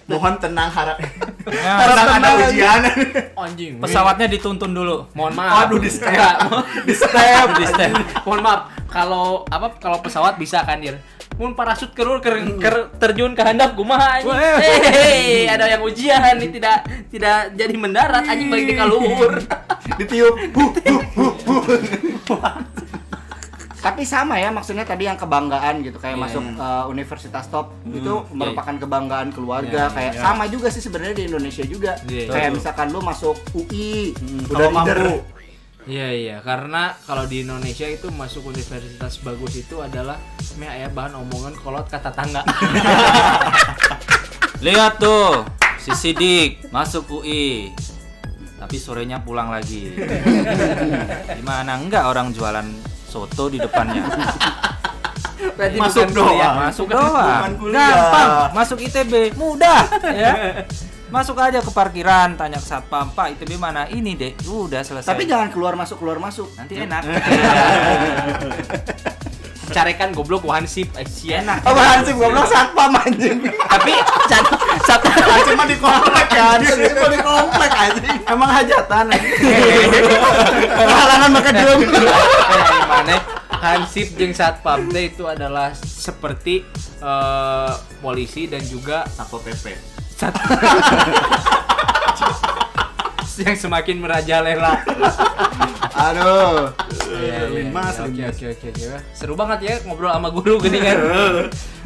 [SPEAKER 3] mohon tenang harap
[SPEAKER 2] Nah,
[SPEAKER 3] tenang ada ujian
[SPEAKER 6] anjing
[SPEAKER 2] pesawatnya dituntun dulu.
[SPEAKER 6] mohon maaf
[SPEAKER 9] Aduh, di step.
[SPEAKER 6] Enggak, mo-
[SPEAKER 9] di step.
[SPEAKER 2] Di step.
[SPEAKER 6] mohon maaf kalau apa kalau pesawat bisa kan dir mun parasut kerur ker, ker- terjun ke handap kumaha anjing
[SPEAKER 2] Weh.
[SPEAKER 6] Hei, ada yang ujian ini tidak tidak jadi mendarat anjing balik di kaluhur
[SPEAKER 1] Ditiup. Huh, huh, huh, huh. Tapi sama ya maksudnya tadi yang kebanggaan gitu kayak masuk uh, universitas top itu merupakan kebanggaan keluarga kayak sama juga sih sebenarnya di Indonesia juga
[SPEAKER 6] Iya,
[SPEAKER 1] kayak misalkan lu masuk UI udah
[SPEAKER 9] Kalau
[SPEAKER 1] leader.
[SPEAKER 9] mampu.
[SPEAKER 6] Iya iya karena kalau di Indonesia itu masuk universitas bagus itu adalah meh aya bahan omongan kolot kata tangga.
[SPEAKER 2] Lihat tuh, si Sidik masuk UI. Tapi sorenya pulang lagi. Gimana enggak orang jualan soto di depannya?
[SPEAKER 6] Berarti
[SPEAKER 9] Masuk
[SPEAKER 6] bukan
[SPEAKER 9] doang.
[SPEAKER 6] kuliah.
[SPEAKER 2] Masuk doang.
[SPEAKER 9] Bukan kuliah.
[SPEAKER 2] Gampang, masuk ITB mudah ya. Masuk aja ke parkiran, tanya ke satpam, "Pak, ITB mana?" Ini, Dek. Udah selesai.
[SPEAKER 1] Tapi jangan keluar masuk keluar masuk. Gitu.
[SPEAKER 2] nanti enak.
[SPEAKER 6] Carekan goblok wansip eh, sia.
[SPEAKER 2] enak.
[SPEAKER 1] Oh, hansip goblok satpam anjing.
[SPEAKER 6] Tapi can- satu
[SPEAKER 3] cuma di komplek kan
[SPEAKER 1] Itu di komplek anjing.
[SPEAKER 9] Emang hajatan.
[SPEAKER 1] Halangan maka diem.
[SPEAKER 6] Eh, mana Hansip jeung satpam teh itu adalah seperti eh, polisi dan juga
[SPEAKER 3] sapo pp
[SPEAKER 10] yang semakin merajalela.
[SPEAKER 1] Aduh.
[SPEAKER 10] Iya, iya,
[SPEAKER 3] Linmas,
[SPEAKER 10] iya, Oke
[SPEAKER 3] linmas.
[SPEAKER 10] oke oke oke. Seru banget ya ngobrol sama guru gini kan.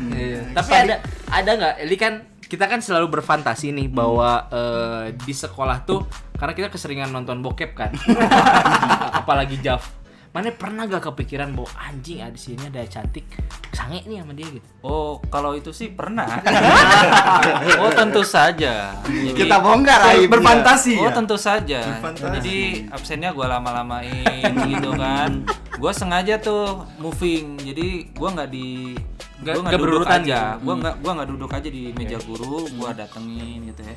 [SPEAKER 2] Hmm.
[SPEAKER 10] Iya.
[SPEAKER 6] Tapi ada ada nggak? Ini kan kita kan selalu berfantasi nih
[SPEAKER 2] Hmm.
[SPEAKER 6] bahwa eh, di sekolah tuh karena kita keseringan nonton bokep kan, apalagi Jaf. Mana pernah gak kepikiran bahwa anjing ada di sini ada yang cantik, sange nih sama dia gitu.
[SPEAKER 2] Oh, kalau itu sih pernah. oh, tentu saja. Jadi-
[SPEAKER 1] Kita bongkar iya. aibnya.
[SPEAKER 3] berfantasi
[SPEAKER 2] Oh
[SPEAKER 3] ya?
[SPEAKER 2] tentu saja.
[SPEAKER 3] Berfantasi.
[SPEAKER 2] Jadi absennya gue lama-lamain gitu kan. Gue sengaja tuh moving. Jadi gue nggak di
[SPEAKER 6] Nggak-
[SPEAKER 2] gue nggak
[SPEAKER 6] nggak
[SPEAKER 2] duduk
[SPEAKER 6] berurutan
[SPEAKER 2] aja.
[SPEAKER 6] gitu.
[SPEAKER 2] Gue nggak gua nggak duduk aja di meja guru. Gue datengin gitu ya.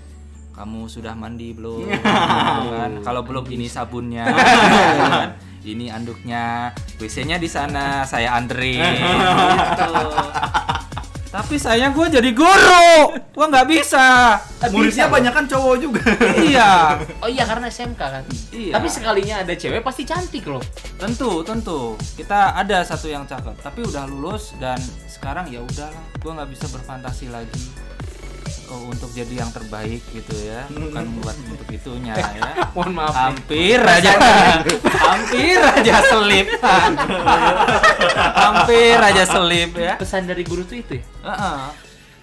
[SPEAKER 2] Kamu sudah mandi belum? Gitu kan. Kalau belum ini sabunnya. gitu kan. Ini anduknya, WC-nya di sana, saya anterin. gitu. Tapi sayang gue jadi guru, gue nggak bisa.
[SPEAKER 3] muridnya banyak kan cowok juga
[SPEAKER 2] Iya,
[SPEAKER 6] Oh iya karena SMK kan.
[SPEAKER 2] Iya.
[SPEAKER 6] Tapi sekalinya ada cewek pasti cantik loh.
[SPEAKER 2] Tentu, tentu. Kita ada satu yang cakep, tapi udah lulus dan sekarang ya udahlah, gue nggak bisa berfantasi lagi oh, untuk jadi yang terbaik gitu ya, bukan buat untuk itunya ya.
[SPEAKER 6] Mohon maaf. nih.
[SPEAKER 2] Hampir aja, hampir aja selip, hampir aja selip ya.
[SPEAKER 6] Pesan dari guru tuh itu ya.
[SPEAKER 2] Heeh.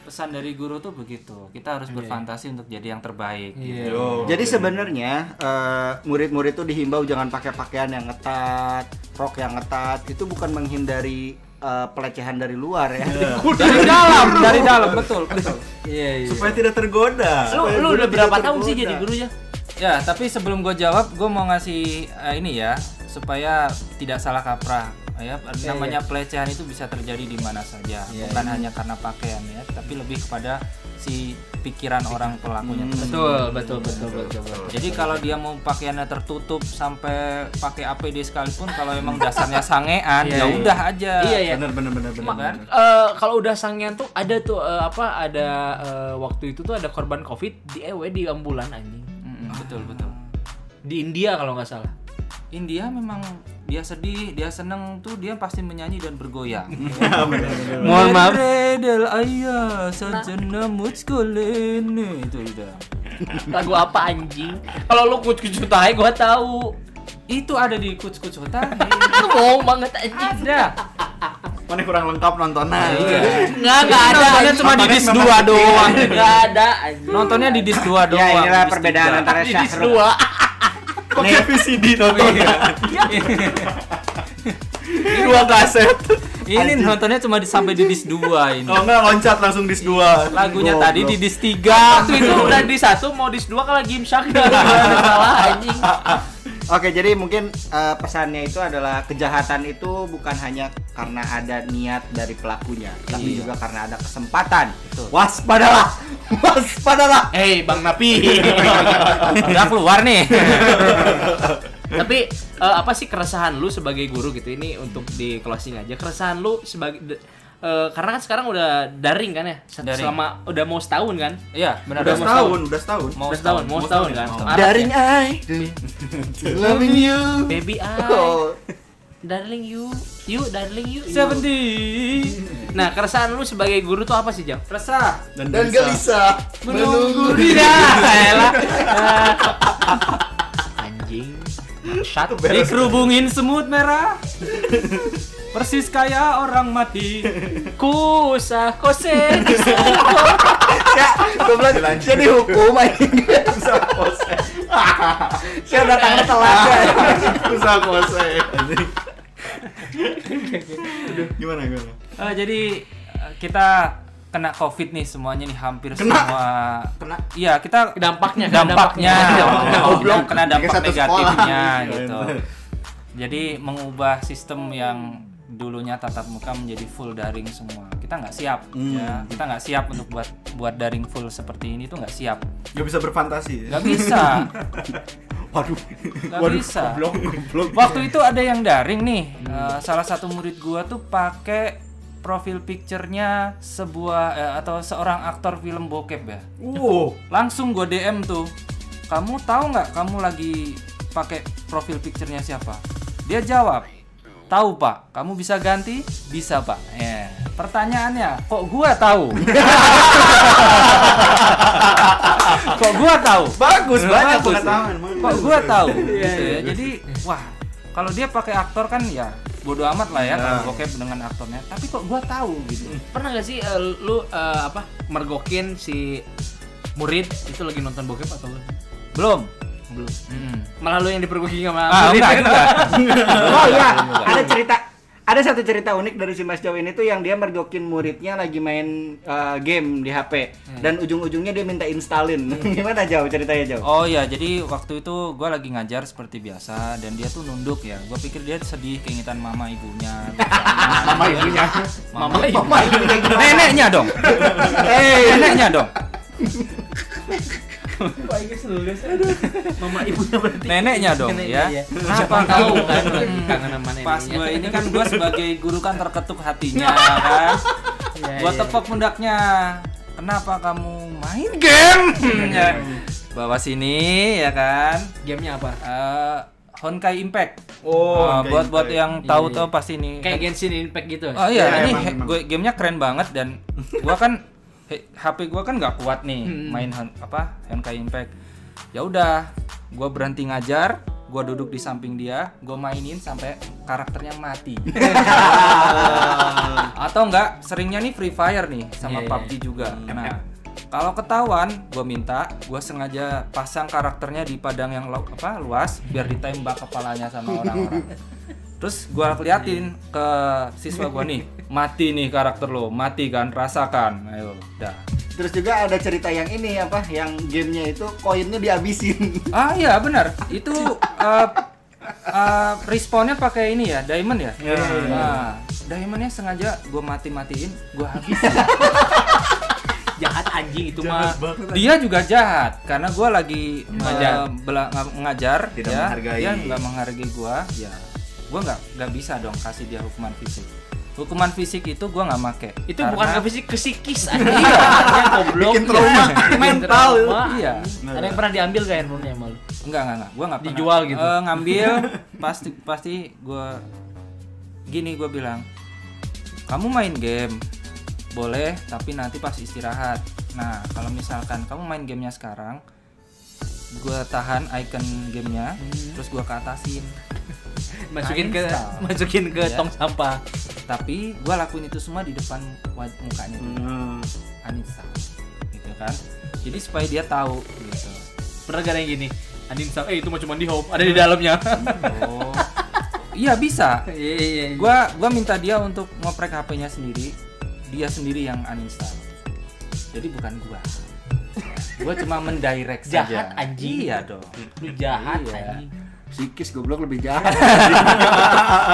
[SPEAKER 2] Pesan dari guru tuh begitu, kita harus berfantasi untuk jadi yang terbaik.
[SPEAKER 6] Iya,
[SPEAKER 2] gitu.
[SPEAKER 1] Jadi sebenarnya eh, murid-murid itu dihimbau jangan pakai pakaian yang ketat, rok yang ketat. Itu bukan menghindari eh, pelecehan dari luar ya.
[SPEAKER 2] Dari dalam, dari dalam betul, betul.
[SPEAKER 10] Iya iya.
[SPEAKER 3] supaya tidak tergoda
[SPEAKER 6] Lu,
[SPEAKER 3] Supaya
[SPEAKER 6] lu
[SPEAKER 3] guru
[SPEAKER 6] udah
[SPEAKER 3] tidak
[SPEAKER 6] berapa tahun sih
[SPEAKER 3] tergoda.
[SPEAKER 6] jadi gurunya?
[SPEAKER 2] Ya, tapi sebelum gue jawab, gue mau ngasih eh, ini ya supaya tidak salah kaprah. Ya,
[SPEAKER 6] iya.
[SPEAKER 2] namanya pelecehan itu bisa terjadi di mana saja, bukan hanya karena pakaian ya, tapi lebih kepada si pikiran orang pelakunya. itu sendiri.
[SPEAKER 6] Betul, betul, betul, Hmm. betul,
[SPEAKER 2] Jadi kalau dia mau pakaiannya tertutup sampai pakai APD sekalipun, kalau emang dasarnya sangean,
[SPEAKER 6] Iya,
[SPEAKER 2] ya
[SPEAKER 6] iya.
[SPEAKER 2] udah aja.
[SPEAKER 6] Iya, iya.
[SPEAKER 3] bener bener bener bener,
[SPEAKER 2] Cuma kan,
[SPEAKER 3] bener.
[SPEAKER 6] Eh, kalau udah sangean tuh ada tuh eh, apa ada eh, waktu itu tuh ada korban covid di ewe di ambulan anjing
[SPEAKER 2] Mm-mm, Hmm, betul betul.
[SPEAKER 6] di India kalau nggak salah
[SPEAKER 2] India memang dia sedih, dia seneng tuh dia pasti menyanyi dan bergoyang.
[SPEAKER 6] Mohon maaf.
[SPEAKER 2] Redel ayah sajana mutskolene itu udah.
[SPEAKER 6] lagu apa anjing kalau lu kucu kucu tahe gua tahu
[SPEAKER 2] Itu ada di kuts kuts hotel.
[SPEAKER 6] bohong banget anjing
[SPEAKER 2] Ada.
[SPEAKER 11] Mana kurang lengkap
[SPEAKER 1] Nah,
[SPEAKER 11] nontonan.
[SPEAKER 1] Iya.
[SPEAKER 6] nggak nggak ada
[SPEAKER 2] Nontonnya
[SPEAKER 6] anjing.
[SPEAKER 2] cuma di dis dua doang.
[SPEAKER 6] nggak ada anjing
[SPEAKER 2] Nontonnya di dis dua doang.
[SPEAKER 1] ya inilah
[SPEAKER 2] di dis
[SPEAKER 1] perbedaan
[SPEAKER 2] tiga.
[SPEAKER 1] antara
[SPEAKER 6] di dis
[SPEAKER 1] Syahrul.
[SPEAKER 6] dua
[SPEAKER 3] pakai VCD nonton
[SPEAKER 1] Iya.
[SPEAKER 6] di dua kaset
[SPEAKER 2] Ini nontonnya cuma di, sampai di dis dua ini. Iya,
[SPEAKER 3] oh enggak loncat langsung dis dua
[SPEAKER 2] Lagunya tadi di dis tiga.
[SPEAKER 6] waktu itu udah di satu mau di dua kan kalau game shark salah anjing
[SPEAKER 1] Oke, jadi mungkin eh, pesannya itu adalah kejahatan itu bukan hanya karena ada niat dari pelakunya, tapi juga karena ada kesempatan. Waspadalah. Waspadalah.
[SPEAKER 6] hei bang napi
[SPEAKER 2] Udah keluar nih.
[SPEAKER 6] Tapi eh, apa sih keresahan lu sebagai guru gitu? Ini untuk di closing aja. Keresahan lu sebagai de- eh, karena kan sekarang udah daring kan ya? Se-
[SPEAKER 2] Daring.
[SPEAKER 6] Selama udah mau setahun kan?
[SPEAKER 2] Iya, benar.
[SPEAKER 3] udah setahun udah setahun
[SPEAKER 2] Mau
[SPEAKER 6] udah setahun, mau setahun, kan? Apa
[SPEAKER 1] Daring
[SPEAKER 6] ya?
[SPEAKER 1] I do loving you.
[SPEAKER 6] Baby I,
[SPEAKER 1] Oh,
[SPEAKER 6] darling you, you darling you. you.
[SPEAKER 2] Seventy.
[SPEAKER 6] Nah, keresahan lu sebagai guru tuh apa sih, Jam?
[SPEAKER 2] Resah.
[SPEAKER 3] dan,
[SPEAKER 11] Dan gelisah menunggu
[SPEAKER 2] Tidak,
[SPEAKER 6] Iya,
[SPEAKER 2] elah.
[SPEAKER 6] Anjing. Shut
[SPEAKER 2] Dikerubungin semut merah. Persis kayak orang mati.
[SPEAKER 6] kusa kose.
[SPEAKER 1] gue bilang jadi hukum aja. Saya datangnya telat. Oh, iya.
[SPEAKER 11] susah kuasai. anjing. Aduh, Gimana gimana?
[SPEAKER 2] Eh, jadi eh, kita kena covid nih semuanya nih hampir semua.
[SPEAKER 11] Kena.
[SPEAKER 2] Iya kita
[SPEAKER 6] Dampaknya, kena
[SPEAKER 2] dampaknya,
[SPEAKER 6] dampaknya.
[SPEAKER 2] Oh,
[SPEAKER 11] Goblok.
[SPEAKER 2] kena dampak
[SPEAKER 11] Kayak satu
[SPEAKER 2] negatifnya
[SPEAKER 11] sekolah. Iya,
[SPEAKER 2] gitu. Jadi mengubah sistem yang dulunya tatap muka menjadi full daring semua. Kita nggak siap,
[SPEAKER 11] Hmm.
[SPEAKER 2] ya. Kita nggak siap untuk buat buat daring full seperti ini tuh nggak siap.
[SPEAKER 3] gak bisa berfantasi ya?
[SPEAKER 2] Nggak bisa.
[SPEAKER 11] Waduh.
[SPEAKER 2] Nggak bisa.
[SPEAKER 11] Goblok, goblok.
[SPEAKER 2] Waktu itu ada yang daring nih. Eh, salah satu murid gua tuh pakai profil picture-nya sebuah eh, atau seorang aktor film bokep ya.
[SPEAKER 3] wow
[SPEAKER 2] Langsung gua DM tuh. Kamu tahu nggak kamu lagi pakai profil picture-nya siapa? Dia jawab, "Tahu, Pak. Kamu bisa ganti? Bisa, Pak." Eh, pertanyaannya, kok gua tahu? kok gua tahu?
[SPEAKER 3] bagus banyak
[SPEAKER 2] Bagus.
[SPEAKER 3] pengetahuan Mang.
[SPEAKER 2] kok gua tahu gitu ya. Jadi wah, kalau dia pakai aktor kan ya bodoh amat lah ya kalau bokep dengan aktornya. Tapi kok gua tahu gitu.
[SPEAKER 6] Pernah gak sih eh, lu eh, apa mergokin si murid itu lagi nonton bokep atau belum?
[SPEAKER 2] Belum.
[SPEAKER 6] Belum.
[SPEAKER 2] Mm.
[SPEAKER 6] Malah lu yang dipergoki sama
[SPEAKER 2] Ah,
[SPEAKER 6] murid.
[SPEAKER 2] enggak, enggak.
[SPEAKER 1] oh iya, ada cerita ada satu cerita unik dari si Mas Jawa ini tuh yang dia mergokin muridnya lagi main uh, game di HP
[SPEAKER 3] Hmm.
[SPEAKER 1] dan ujung-ujungnya dia minta installin. Gimana jauh ceritanya jauh?
[SPEAKER 2] Oh ya, jadi waktu itu gue lagi ngajar seperti biasa dan dia tuh nunduk ya. Gue pikir dia sedih keingetan mama ibunya. mama ibunya. Mama, ibunya. Neneknya dong. Eh, neneknya dong.
[SPEAKER 6] Mama ibunya berarti.
[SPEAKER 2] Neneknya dong ya.
[SPEAKER 6] Neneknya, iya.
[SPEAKER 2] Kenapa tahu
[SPEAKER 6] Tahu
[SPEAKER 2] kan?
[SPEAKER 6] kan lagi kangen sama neneknya.
[SPEAKER 2] Pas gue ini kan gue sebagai guru kan terketuk hatinya kan.
[SPEAKER 6] Iya,
[SPEAKER 2] Gue tepok pundaknya. Kenapa kamu main game? Ya. Bawa sini ya kan.
[SPEAKER 6] Gamenya apa?
[SPEAKER 2] Eh, Honkai Impact.
[SPEAKER 3] Oh,
[SPEAKER 2] Eh,
[SPEAKER 3] Honkai
[SPEAKER 2] buat buat
[SPEAKER 3] Impact.
[SPEAKER 2] yang tahu
[SPEAKER 6] Iya,
[SPEAKER 2] tuh
[SPEAKER 6] iya.
[SPEAKER 2] pasti ini.
[SPEAKER 6] Kayak Genshin Impact gitu.
[SPEAKER 2] Oh iya,
[SPEAKER 3] Iya,
[SPEAKER 2] ini
[SPEAKER 3] emang,
[SPEAKER 2] he-
[SPEAKER 3] emang.
[SPEAKER 2] gue- gamenya keren banget dan gua kan he- HP gua kan nggak kuat nih main Hon- apa Honkai Impact. Ya udah, gua berhenti ngajar, gua duduk di samping dia, gua mainin sampai karakternya mati. Atau enggak, seringnya nih Free Fire nih sama
[SPEAKER 6] Iya, iya.
[SPEAKER 2] PUBG juga. Nah, kalau ketahuan, gua minta, gua sengaja pasang karakternya di padang yang lu- apa luas biar ditembak kepalanya sama orang-orang. Terus gua keliatin ke siswa gua nih, mati nih karakter lo, mati kan, rasakan. Ayo, dah.
[SPEAKER 1] Terus juga ada cerita yang ini apa yang gamenya itu koinnya dihabisin.
[SPEAKER 2] Ah iya benar, itu eh eh, respawnnya pakai ini ya, diamond ya.
[SPEAKER 6] Iya,
[SPEAKER 2] Nah, diamondnya sengaja gua mati-matiin, gua habisin.
[SPEAKER 6] Jahat anjing itu mah.
[SPEAKER 2] dia juga jahat karena gua lagi
[SPEAKER 6] Ngajar.
[SPEAKER 2] eh, bela- nga- ngajar,
[SPEAKER 12] Tidak
[SPEAKER 2] ya.
[SPEAKER 12] menghargai.
[SPEAKER 2] dia nggak menghargai gua,
[SPEAKER 6] Iya.
[SPEAKER 2] ya. Gua nggak nggak bisa dong kasih dia hukuman fisik. Hukuman fisik itu gua nggak make.
[SPEAKER 6] Itu
[SPEAKER 2] Karena-
[SPEAKER 6] bukan ke fisik, ke psikis anjing. Iya, goblok.
[SPEAKER 12] Bikin trauma.
[SPEAKER 6] mental.
[SPEAKER 2] Iya.
[SPEAKER 6] Ada yang pernah diambil gak handphonenya sama lu?
[SPEAKER 2] Enggak, enggak, enggak. Gua enggak pernah.
[SPEAKER 6] Dijual gitu?
[SPEAKER 2] Eh, ngambil pasti pasti gua gini gua bilang, "Kamu main game. Boleh, tapi nanti pas istirahat." Nah, kalau misalkan kamu main gamenya sekarang, gua tahan icon gamenya,
[SPEAKER 6] Hmm.
[SPEAKER 2] terus gua ke atasin.
[SPEAKER 6] Masukin ke
[SPEAKER 2] Uninstall.
[SPEAKER 6] masukin ke
[SPEAKER 2] Iya.
[SPEAKER 6] tong sampah.
[SPEAKER 2] Tapi gua lakuin itu semua di depan waj- mukanya. dia. Uninstall. Gitu kan. Jadi supaya dia tahu gitu.
[SPEAKER 6] Pernah gak ada yang gini? Andin sama, eh itu mah cuma di home, ada di dalamnya.
[SPEAKER 2] Oh. Iya bisa.
[SPEAKER 6] Iya iya. Gua
[SPEAKER 2] gua gua minta dia untuk ngoprek HP-nya sendiri dia sendiri yang uninstall jadi bukan gua gua cuma mendirect
[SPEAKER 6] jahat
[SPEAKER 2] saja
[SPEAKER 6] anjing.
[SPEAKER 2] iya dong
[SPEAKER 6] Lu jahat
[SPEAKER 2] Iya.
[SPEAKER 6] anjing.
[SPEAKER 1] Psikis goblok lebih jahat.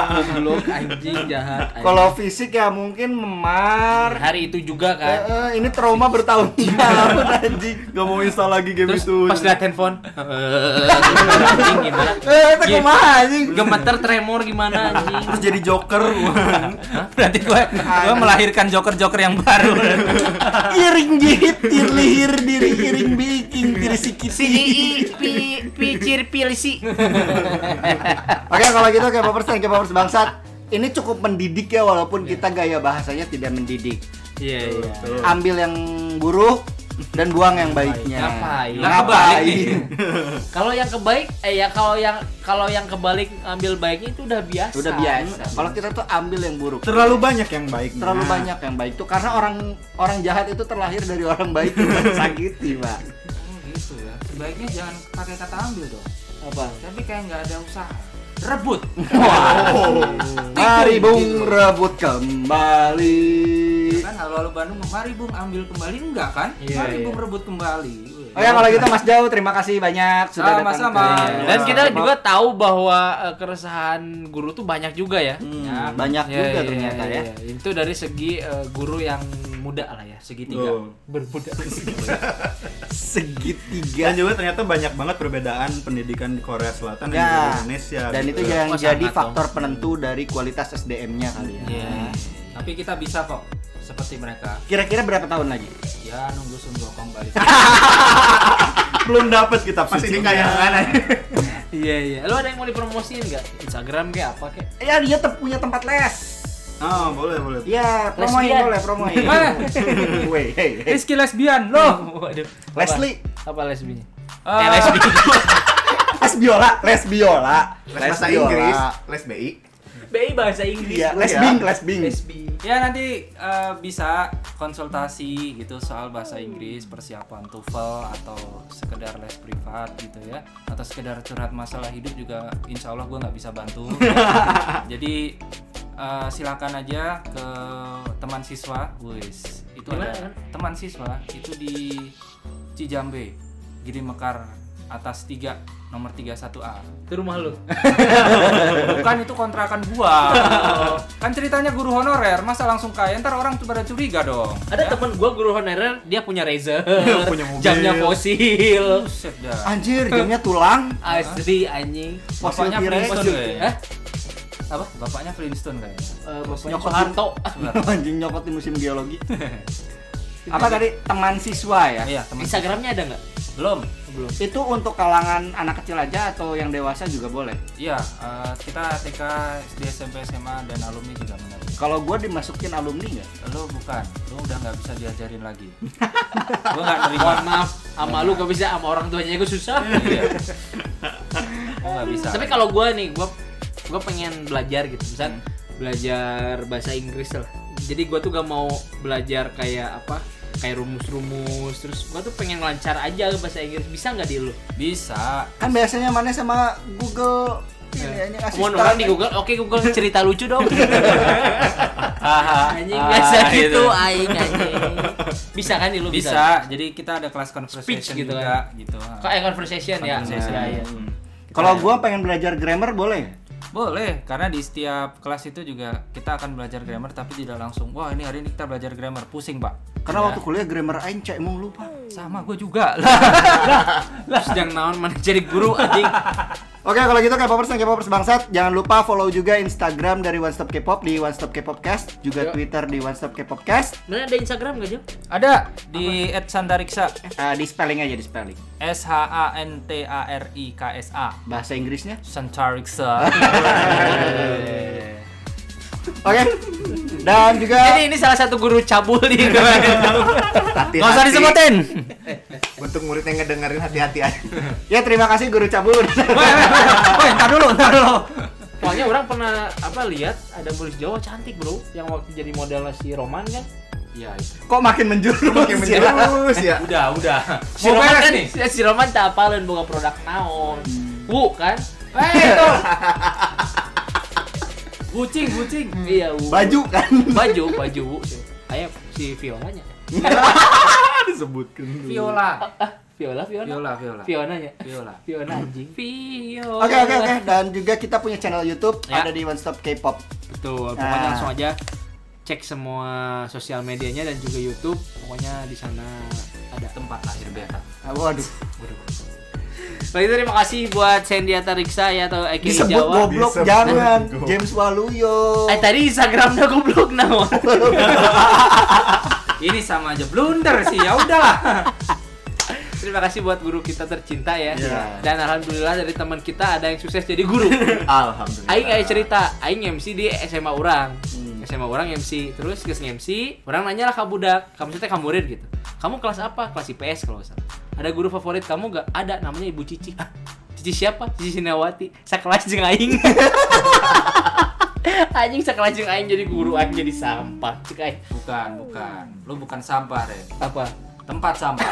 [SPEAKER 6] Goblok anjing jahat. anjing.
[SPEAKER 1] Kalau fisik ya mungkin memar.
[SPEAKER 6] hari itu juga
[SPEAKER 1] Eh,
[SPEAKER 6] kan.
[SPEAKER 1] eh, ini trauma bertahun-tahun anjing.
[SPEAKER 3] Iya. Gak mau install lagi game
[SPEAKER 6] Terus
[SPEAKER 3] itu.
[SPEAKER 6] pas lihat handphone, anjing gimana?
[SPEAKER 1] Eh, itu kumaha anjing?
[SPEAKER 6] Gemeter tremor gimana anjing?
[SPEAKER 3] Terus jadi joker.
[SPEAKER 2] berarti gua gua melahirkan joker-joker yang baru Hmm,
[SPEAKER 1] Iring jihit, tir lihir, diri iring biking, diri sikiti.
[SPEAKER 6] pi picir pilsi.
[SPEAKER 1] Oke kalau gitu kayak persen kayak Papers bangsat. Ini cukup mendidik ya walaupun kita gaya bahasanya tidak mendidik.
[SPEAKER 6] Iya iya.
[SPEAKER 1] Ambil yang buruk dan buang yang baiknya.
[SPEAKER 6] Ngapain?
[SPEAKER 1] Ngapain?
[SPEAKER 6] Kalau yang kebaik, eh ya kalau yang kalau yang kebalik ambil baiknya itu udah biasa.
[SPEAKER 1] Udah biasa. Kalau kita tuh ambil yang buruk.
[SPEAKER 3] Terlalu banyak yang baik. Nah.
[SPEAKER 1] Terlalu banyak yang baik tuh karena orang orang jahat itu terlahir dari orang baik yang sakiti, Pak.
[SPEAKER 2] gitu ya sebaiknya jangan pakai kata ambil dong
[SPEAKER 1] Apa?
[SPEAKER 2] tapi kayak nggak ada usaha rebut
[SPEAKER 3] Oh.
[SPEAKER 1] Mari bung rebut kembali.
[SPEAKER 2] kan halo-halo Bandung mari bung ambil kembali enggak kan mari bung rebut kembali
[SPEAKER 1] Oke kalau gitu Mas Jauh terima kasih banyak sudah datang.
[SPEAKER 2] Sama-sama.
[SPEAKER 1] ke-
[SPEAKER 6] Dan kita juga tahu bahwa eh, keresahan guru tuh banyak juga ya.
[SPEAKER 1] Hmm, banyak
[SPEAKER 6] Ya,
[SPEAKER 1] juga
[SPEAKER 6] ya,
[SPEAKER 1] ternyata ya.
[SPEAKER 6] ya. Itu dari segi eh, guru yang muda lah ya, segitiga.
[SPEAKER 3] Oh.
[SPEAKER 6] Bermuda.
[SPEAKER 1] segitiga
[SPEAKER 7] Iya.
[SPEAKER 3] Dan juga ternyata banyak banget perbedaan pendidikan di Korea Selatan dan juga
[SPEAKER 1] ya
[SPEAKER 3] di Indonesia.
[SPEAKER 1] dan itu
[SPEAKER 7] ya.
[SPEAKER 3] gitu.
[SPEAKER 1] yang
[SPEAKER 6] Wah,
[SPEAKER 1] jadi
[SPEAKER 6] sangat
[SPEAKER 1] faktor penentu dari kualitas SDM-nya kali ya
[SPEAKER 2] tapi kita bisa kok seperti mereka
[SPEAKER 1] kira-kira berapa tahun lagi
[SPEAKER 2] ya nunggu Sun Gokong balik
[SPEAKER 3] belum dapat kitab
[SPEAKER 12] Pas ini
[SPEAKER 3] suci.
[SPEAKER 12] kayak mana?
[SPEAKER 6] Iya iya. Lo ada yang mau dipromosiin nggak? Instagram kayak apa kayak?
[SPEAKER 1] ya dia te- punya tempat les
[SPEAKER 3] Ah, boleh, boleh.
[SPEAKER 7] Iya.
[SPEAKER 1] ya promoin
[SPEAKER 6] Lesbian.
[SPEAKER 1] boleh promoin
[SPEAKER 2] Eh.
[SPEAKER 1] Weh, hey, hey.
[SPEAKER 2] Rizky lesbian loh
[SPEAKER 6] Waduh.
[SPEAKER 1] Leslie
[SPEAKER 6] Apa, apa lesbinya?
[SPEAKER 2] Eh,
[SPEAKER 6] lesbi.
[SPEAKER 1] Asbiola, lesbiola,
[SPEAKER 7] Les bahasa Inggris, les BI.
[SPEAKER 6] BI bahasa Inggris.
[SPEAKER 1] Iya, lesbing, lesbing.
[SPEAKER 6] Lesbi.
[SPEAKER 2] Ya nanti eh, bisa konsultasi gitu soal bahasa Inggris, persiapan TOEFL atau sekedar les privat gitu ya, atau sekedar curhat masalah hidup juga Insya Allah gue nggak bisa bantu. Jadi eh, silakan aja ke teman siswa, wis itu
[SPEAKER 6] Di mana,
[SPEAKER 2] ada
[SPEAKER 6] kan?
[SPEAKER 2] teman siswa itu di Cijambe, Giri Mekar atas 3 nomor 31A
[SPEAKER 6] Itu rumah lu.
[SPEAKER 2] Bukan itu kontrakan gua. kan ceritanya guru honorer, masa langsung kaya ntar orang tuh pada curiga dong. Ya,
[SPEAKER 6] Ada teman gua guru honorer, dia punya Razer,
[SPEAKER 3] Punya mobil.
[SPEAKER 6] jamnya fosil.
[SPEAKER 2] Buset dah.
[SPEAKER 1] Anjir, jamnya tulang.
[SPEAKER 6] Asli anjing.
[SPEAKER 1] Fosil
[SPEAKER 2] Bapaknya
[SPEAKER 1] T-Rex.
[SPEAKER 2] Flintstone
[SPEAKER 6] Fosil. ya?
[SPEAKER 2] kayaknya.
[SPEAKER 6] Hah?
[SPEAKER 2] Apa? Bapaknya Flintstone kayaknya.
[SPEAKER 6] Eh, bapaknya
[SPEAKER 1] Nyokot.
[SPEAKER 6] Soeharto.
[SPEAKER 1] Anjing nyokot di musim geologi. Apa tadi teman siswa ya?
[SPEAKER 2] Iya, teman.
[SPEAKER 6] Instagramnya ada nggak?
[SPEAKER 2] Belum.
[SPEAKER 6] Belum.
[SPEAKER 1] Itu untuk kalangan anak kecil aja atau yang dewasa juga boleh.
[SPEAKER 2] Iya, eh, kita TK, SD, SMP, SMA dan alumni juga menarik.
[SPEAKER 1] Kalau gua dimasukin alumni nggak?
[SPEAKER 2] Lu bukan, lu udah nggak bisa diajarin lagi. gua nggak nerima.
[SPEAKER 6] Mohon maaf, sama lu gak bisa, sama orang tuanya gue susah.
[SPEAKER 2] Iya. Gua nggak bisa.
[SPEAKER 6] Tapi kalau gua nih, gua gua pengen belajar gitu, misal
[SPEAKER 2] Hmm.
[SPEAKER 6] belajar bahasa Inggris lah. Jadi gua tuh gak mau belajar kayak apa, kayak rumus-rumus. Terus gua tuh pengen lancar aja bahasa Inggris. Bisa nggak di lu?
[SPEAKER 2] bisa.
[SPEAKER 1] Kan biasanya mana sama Google ini, ini
[SPEAKER 6] Mau orang di Google, oke Google cerita lucu dong. anjing nggak bisa
[SPEAKER 2] Ah,
[SPEAKER 6] gitu,
[SPEAKER 2] gitu.
[SPEAKER 6] aing anjing. Bisa kan di lu?
[SPEAKER 2] Bisa. Jadi kita ada kelas conversation
[SPEAKER 6] gitu
[SPEAKER 2] gitu juga gitu.
[SPEAKER 6] Kayak conversation ya.
[SPEAKER 2] Conversation. Hmm.
[SPEAKER 6] Nah, iya.
[SPEAKER 1] Kalau gua pengen belajar grammar boleh?
[SPEAKER 2] Boleh, karena di setiap kelas itu juga kita akan belajar grammar tapi tidak langsung. Wah, ini hari ini kita belajar grammar, pusing, Pak.
[SPEAKER 1] Karena waktu kuliah grammar aing cek mulu, Pak.
[SPEAKER 2] Sama gue juga. Lah,
[SPEAKER 6] Lah, sedang naon mana jadi guru anjing.
[SPEAKER 1] Oke, kalau gitu K-popers dan K-popers bangsat, jangan lupa follow juga Instagram dari One Stop K-pop di One Stop K-pop Cast, juga
[SPEAKER 6] Yuk.
[SPEAKER 1] Twitter di One Stop K-pop Cast.
[SPEAKER 6] Mana ada Instagram gak, Jo?
[SPEAKER 2] ada di @santariksa.
[SPEAKER 1] Eh, di spelling aja di spelling.
[SPEAKER 2] S H A N T A R I K S A.
[SPEAKER 1] Bahasa Inggrisnya.
[SPEAKER 2] Santariksa.
[SPEAKER 1] Oke. Dan juga
[SPEAKER 6] Jadi ini salah satu guru cabul di
[SPEAKER 7] Hati-hati.
[SPEAKER 2] Enggak usah disebutin.
[SPEAKER 7] Untuk murid yang ngedengerin hati-hati aja.
[SPEAKER 1] ya terima kasih guru cabul.
[SPEAKER 2] Woi, entar dulu, entar dulu.
[SPEAKER 6] Soalnya orang pernah apa lihat ada murid Jawa cantik, Bro, yang waktu jadi modelnya si Roman kan.
[SPEAKER 2] Iya,
[SPEAKER 1] Kok makin menjurus?
[SPEAKER 7] Makin menjurus ya.
[SPEAKER 2] udah, udah.
[SPEAKER 6] Si Roman kan si Roman tak apalin buka produk naon. Wu kan? Eh itu.
[SPEAKER 2] Kucing, kucing.
[SPEAKER 6] Iya, Wu.
[SPEAKER 1] Baju kan.
[SPEAKER 6] Baju, baju Wu. Kayak si Violanya.
[SPEAKER 7] Disebutkan dulu.
[SPEAKER 2] Viola.
[SPEAKER 6] Ah, Viola, Viola.
[SPEAKER 2] Viola, Viola.
[SPEAKER 6] Vionanya.
[SPEAKER 2] Viola.
[SPEAKER 6] Fiona anjing. Viola.
[SPEAKER 1] Oke oke oke. Dan juga kita punya channel YouTube
[SPEAKER 6] Oh, iya. Ya.
[SPEAKER 1] ada di One Stop K-pop.
[SPEAKER 6] Betul, pokoknya
[SPEAKER 1] Nah.
[SPEAKER 6] langsung aja cek semua sosial medianya dan juga YouTube. Pokoknya di sana ada
[SPEAKER 2] Tempat lahir beta.
[SPEAKER 1] Ah, Waduh.
[SPEAKER 6] Baik, terima kasih buat Sandy Atariksa ya atau Eki
[SPEAKER 1] Disebut
[SPEAKER 6] Jawa.
[SPEAKER 1] goblok
[SPEAKER 7] Disebut
[SPEAKER 1] jangan.
[SPEAKER 7] goblok.
[SPEAKER 1] James Waluyo.
[SPEAKER 6] Eh tadi Instagramnya goblok naon.
[SPEAKER 2] Ini sama aja blunder sih. Ya udahlah.
[SPEAKER 6] terima kasih buat guru kita tercinta ya.
[SPEAKER 7] Iya.
[SPEAKER 6] Dan alhamdulillah dari teman kita ada yang sukses jadi guru.
[SPEAKER 7] Alhamdulillah.
[SPEAKER 6] Aing ada cerita, aing MC di SMA orang. SMA orang MC, terus ke MC, orang nanya lah ke budak, kamu teh kamu murid gitu. Kamu kelas apa? Kelas IPS kalau nggak salah. Ada guru favorit kamu gak? Ada, namanya Ibu Cici. "Hah? Cici siapa? Cici Sinawati. Sekelas jeung aing. anjing sekelas jeung aing jadi guru aing jadi sampah. Cek aing.
[SPEAKER 2] Bukan, bukan. Lu bukan sampah, Ren.
[SPEAKER 6] Apa?
[SPEAKER 2] Tempat sampah.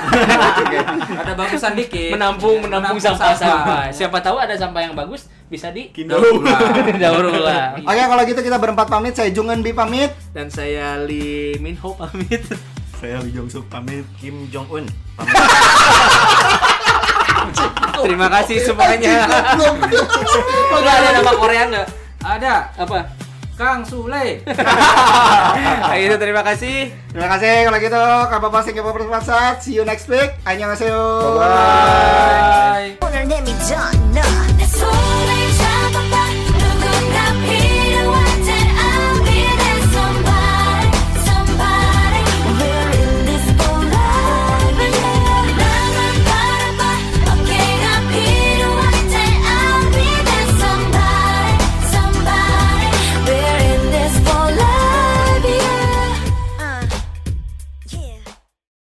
[SPEAKER 2] Ada bagusan dikit.
[SPEAKER 6] Menampung menampung ya. sampah-sampah.
[SPEAKER 2] Siapa?
[SPEAKER 6] Siapa tahu ada sampah yang bagus bisa di
[SPEAKER 7] Kindo.
[SPEAKER 6] daur ulang.
[SPEAKER 1] Oke kalau gitu kita berempat pamit. Saya Jungan Bi pamit.
[SPEAKER 6] Dan saya Lee Minho pamit.
[SPEAKER 3] Saya Lee Jong Suk pamit.
[SPEAKER 7] Kim Jong Un.
[SPEAKER 6] Terima kasih semuanya. Kok gak ada nama Korea nggak?
[SPEAKER 2] Ada
[SPEAKER 6] Apa?
[SPEAKER 2] Kang Sule.
[SPEAKER 6] Kayak gitu, terima kasih.
[SPEAKER 1] Terima kasih kalau gitu. Kapal pasing kapal persat. See you next week. Annyeonghaseyo.
[SPEAKER 7] Bye-bye.
[SPEAKER 2] Bye.
[SPEAKER 4] 내 손에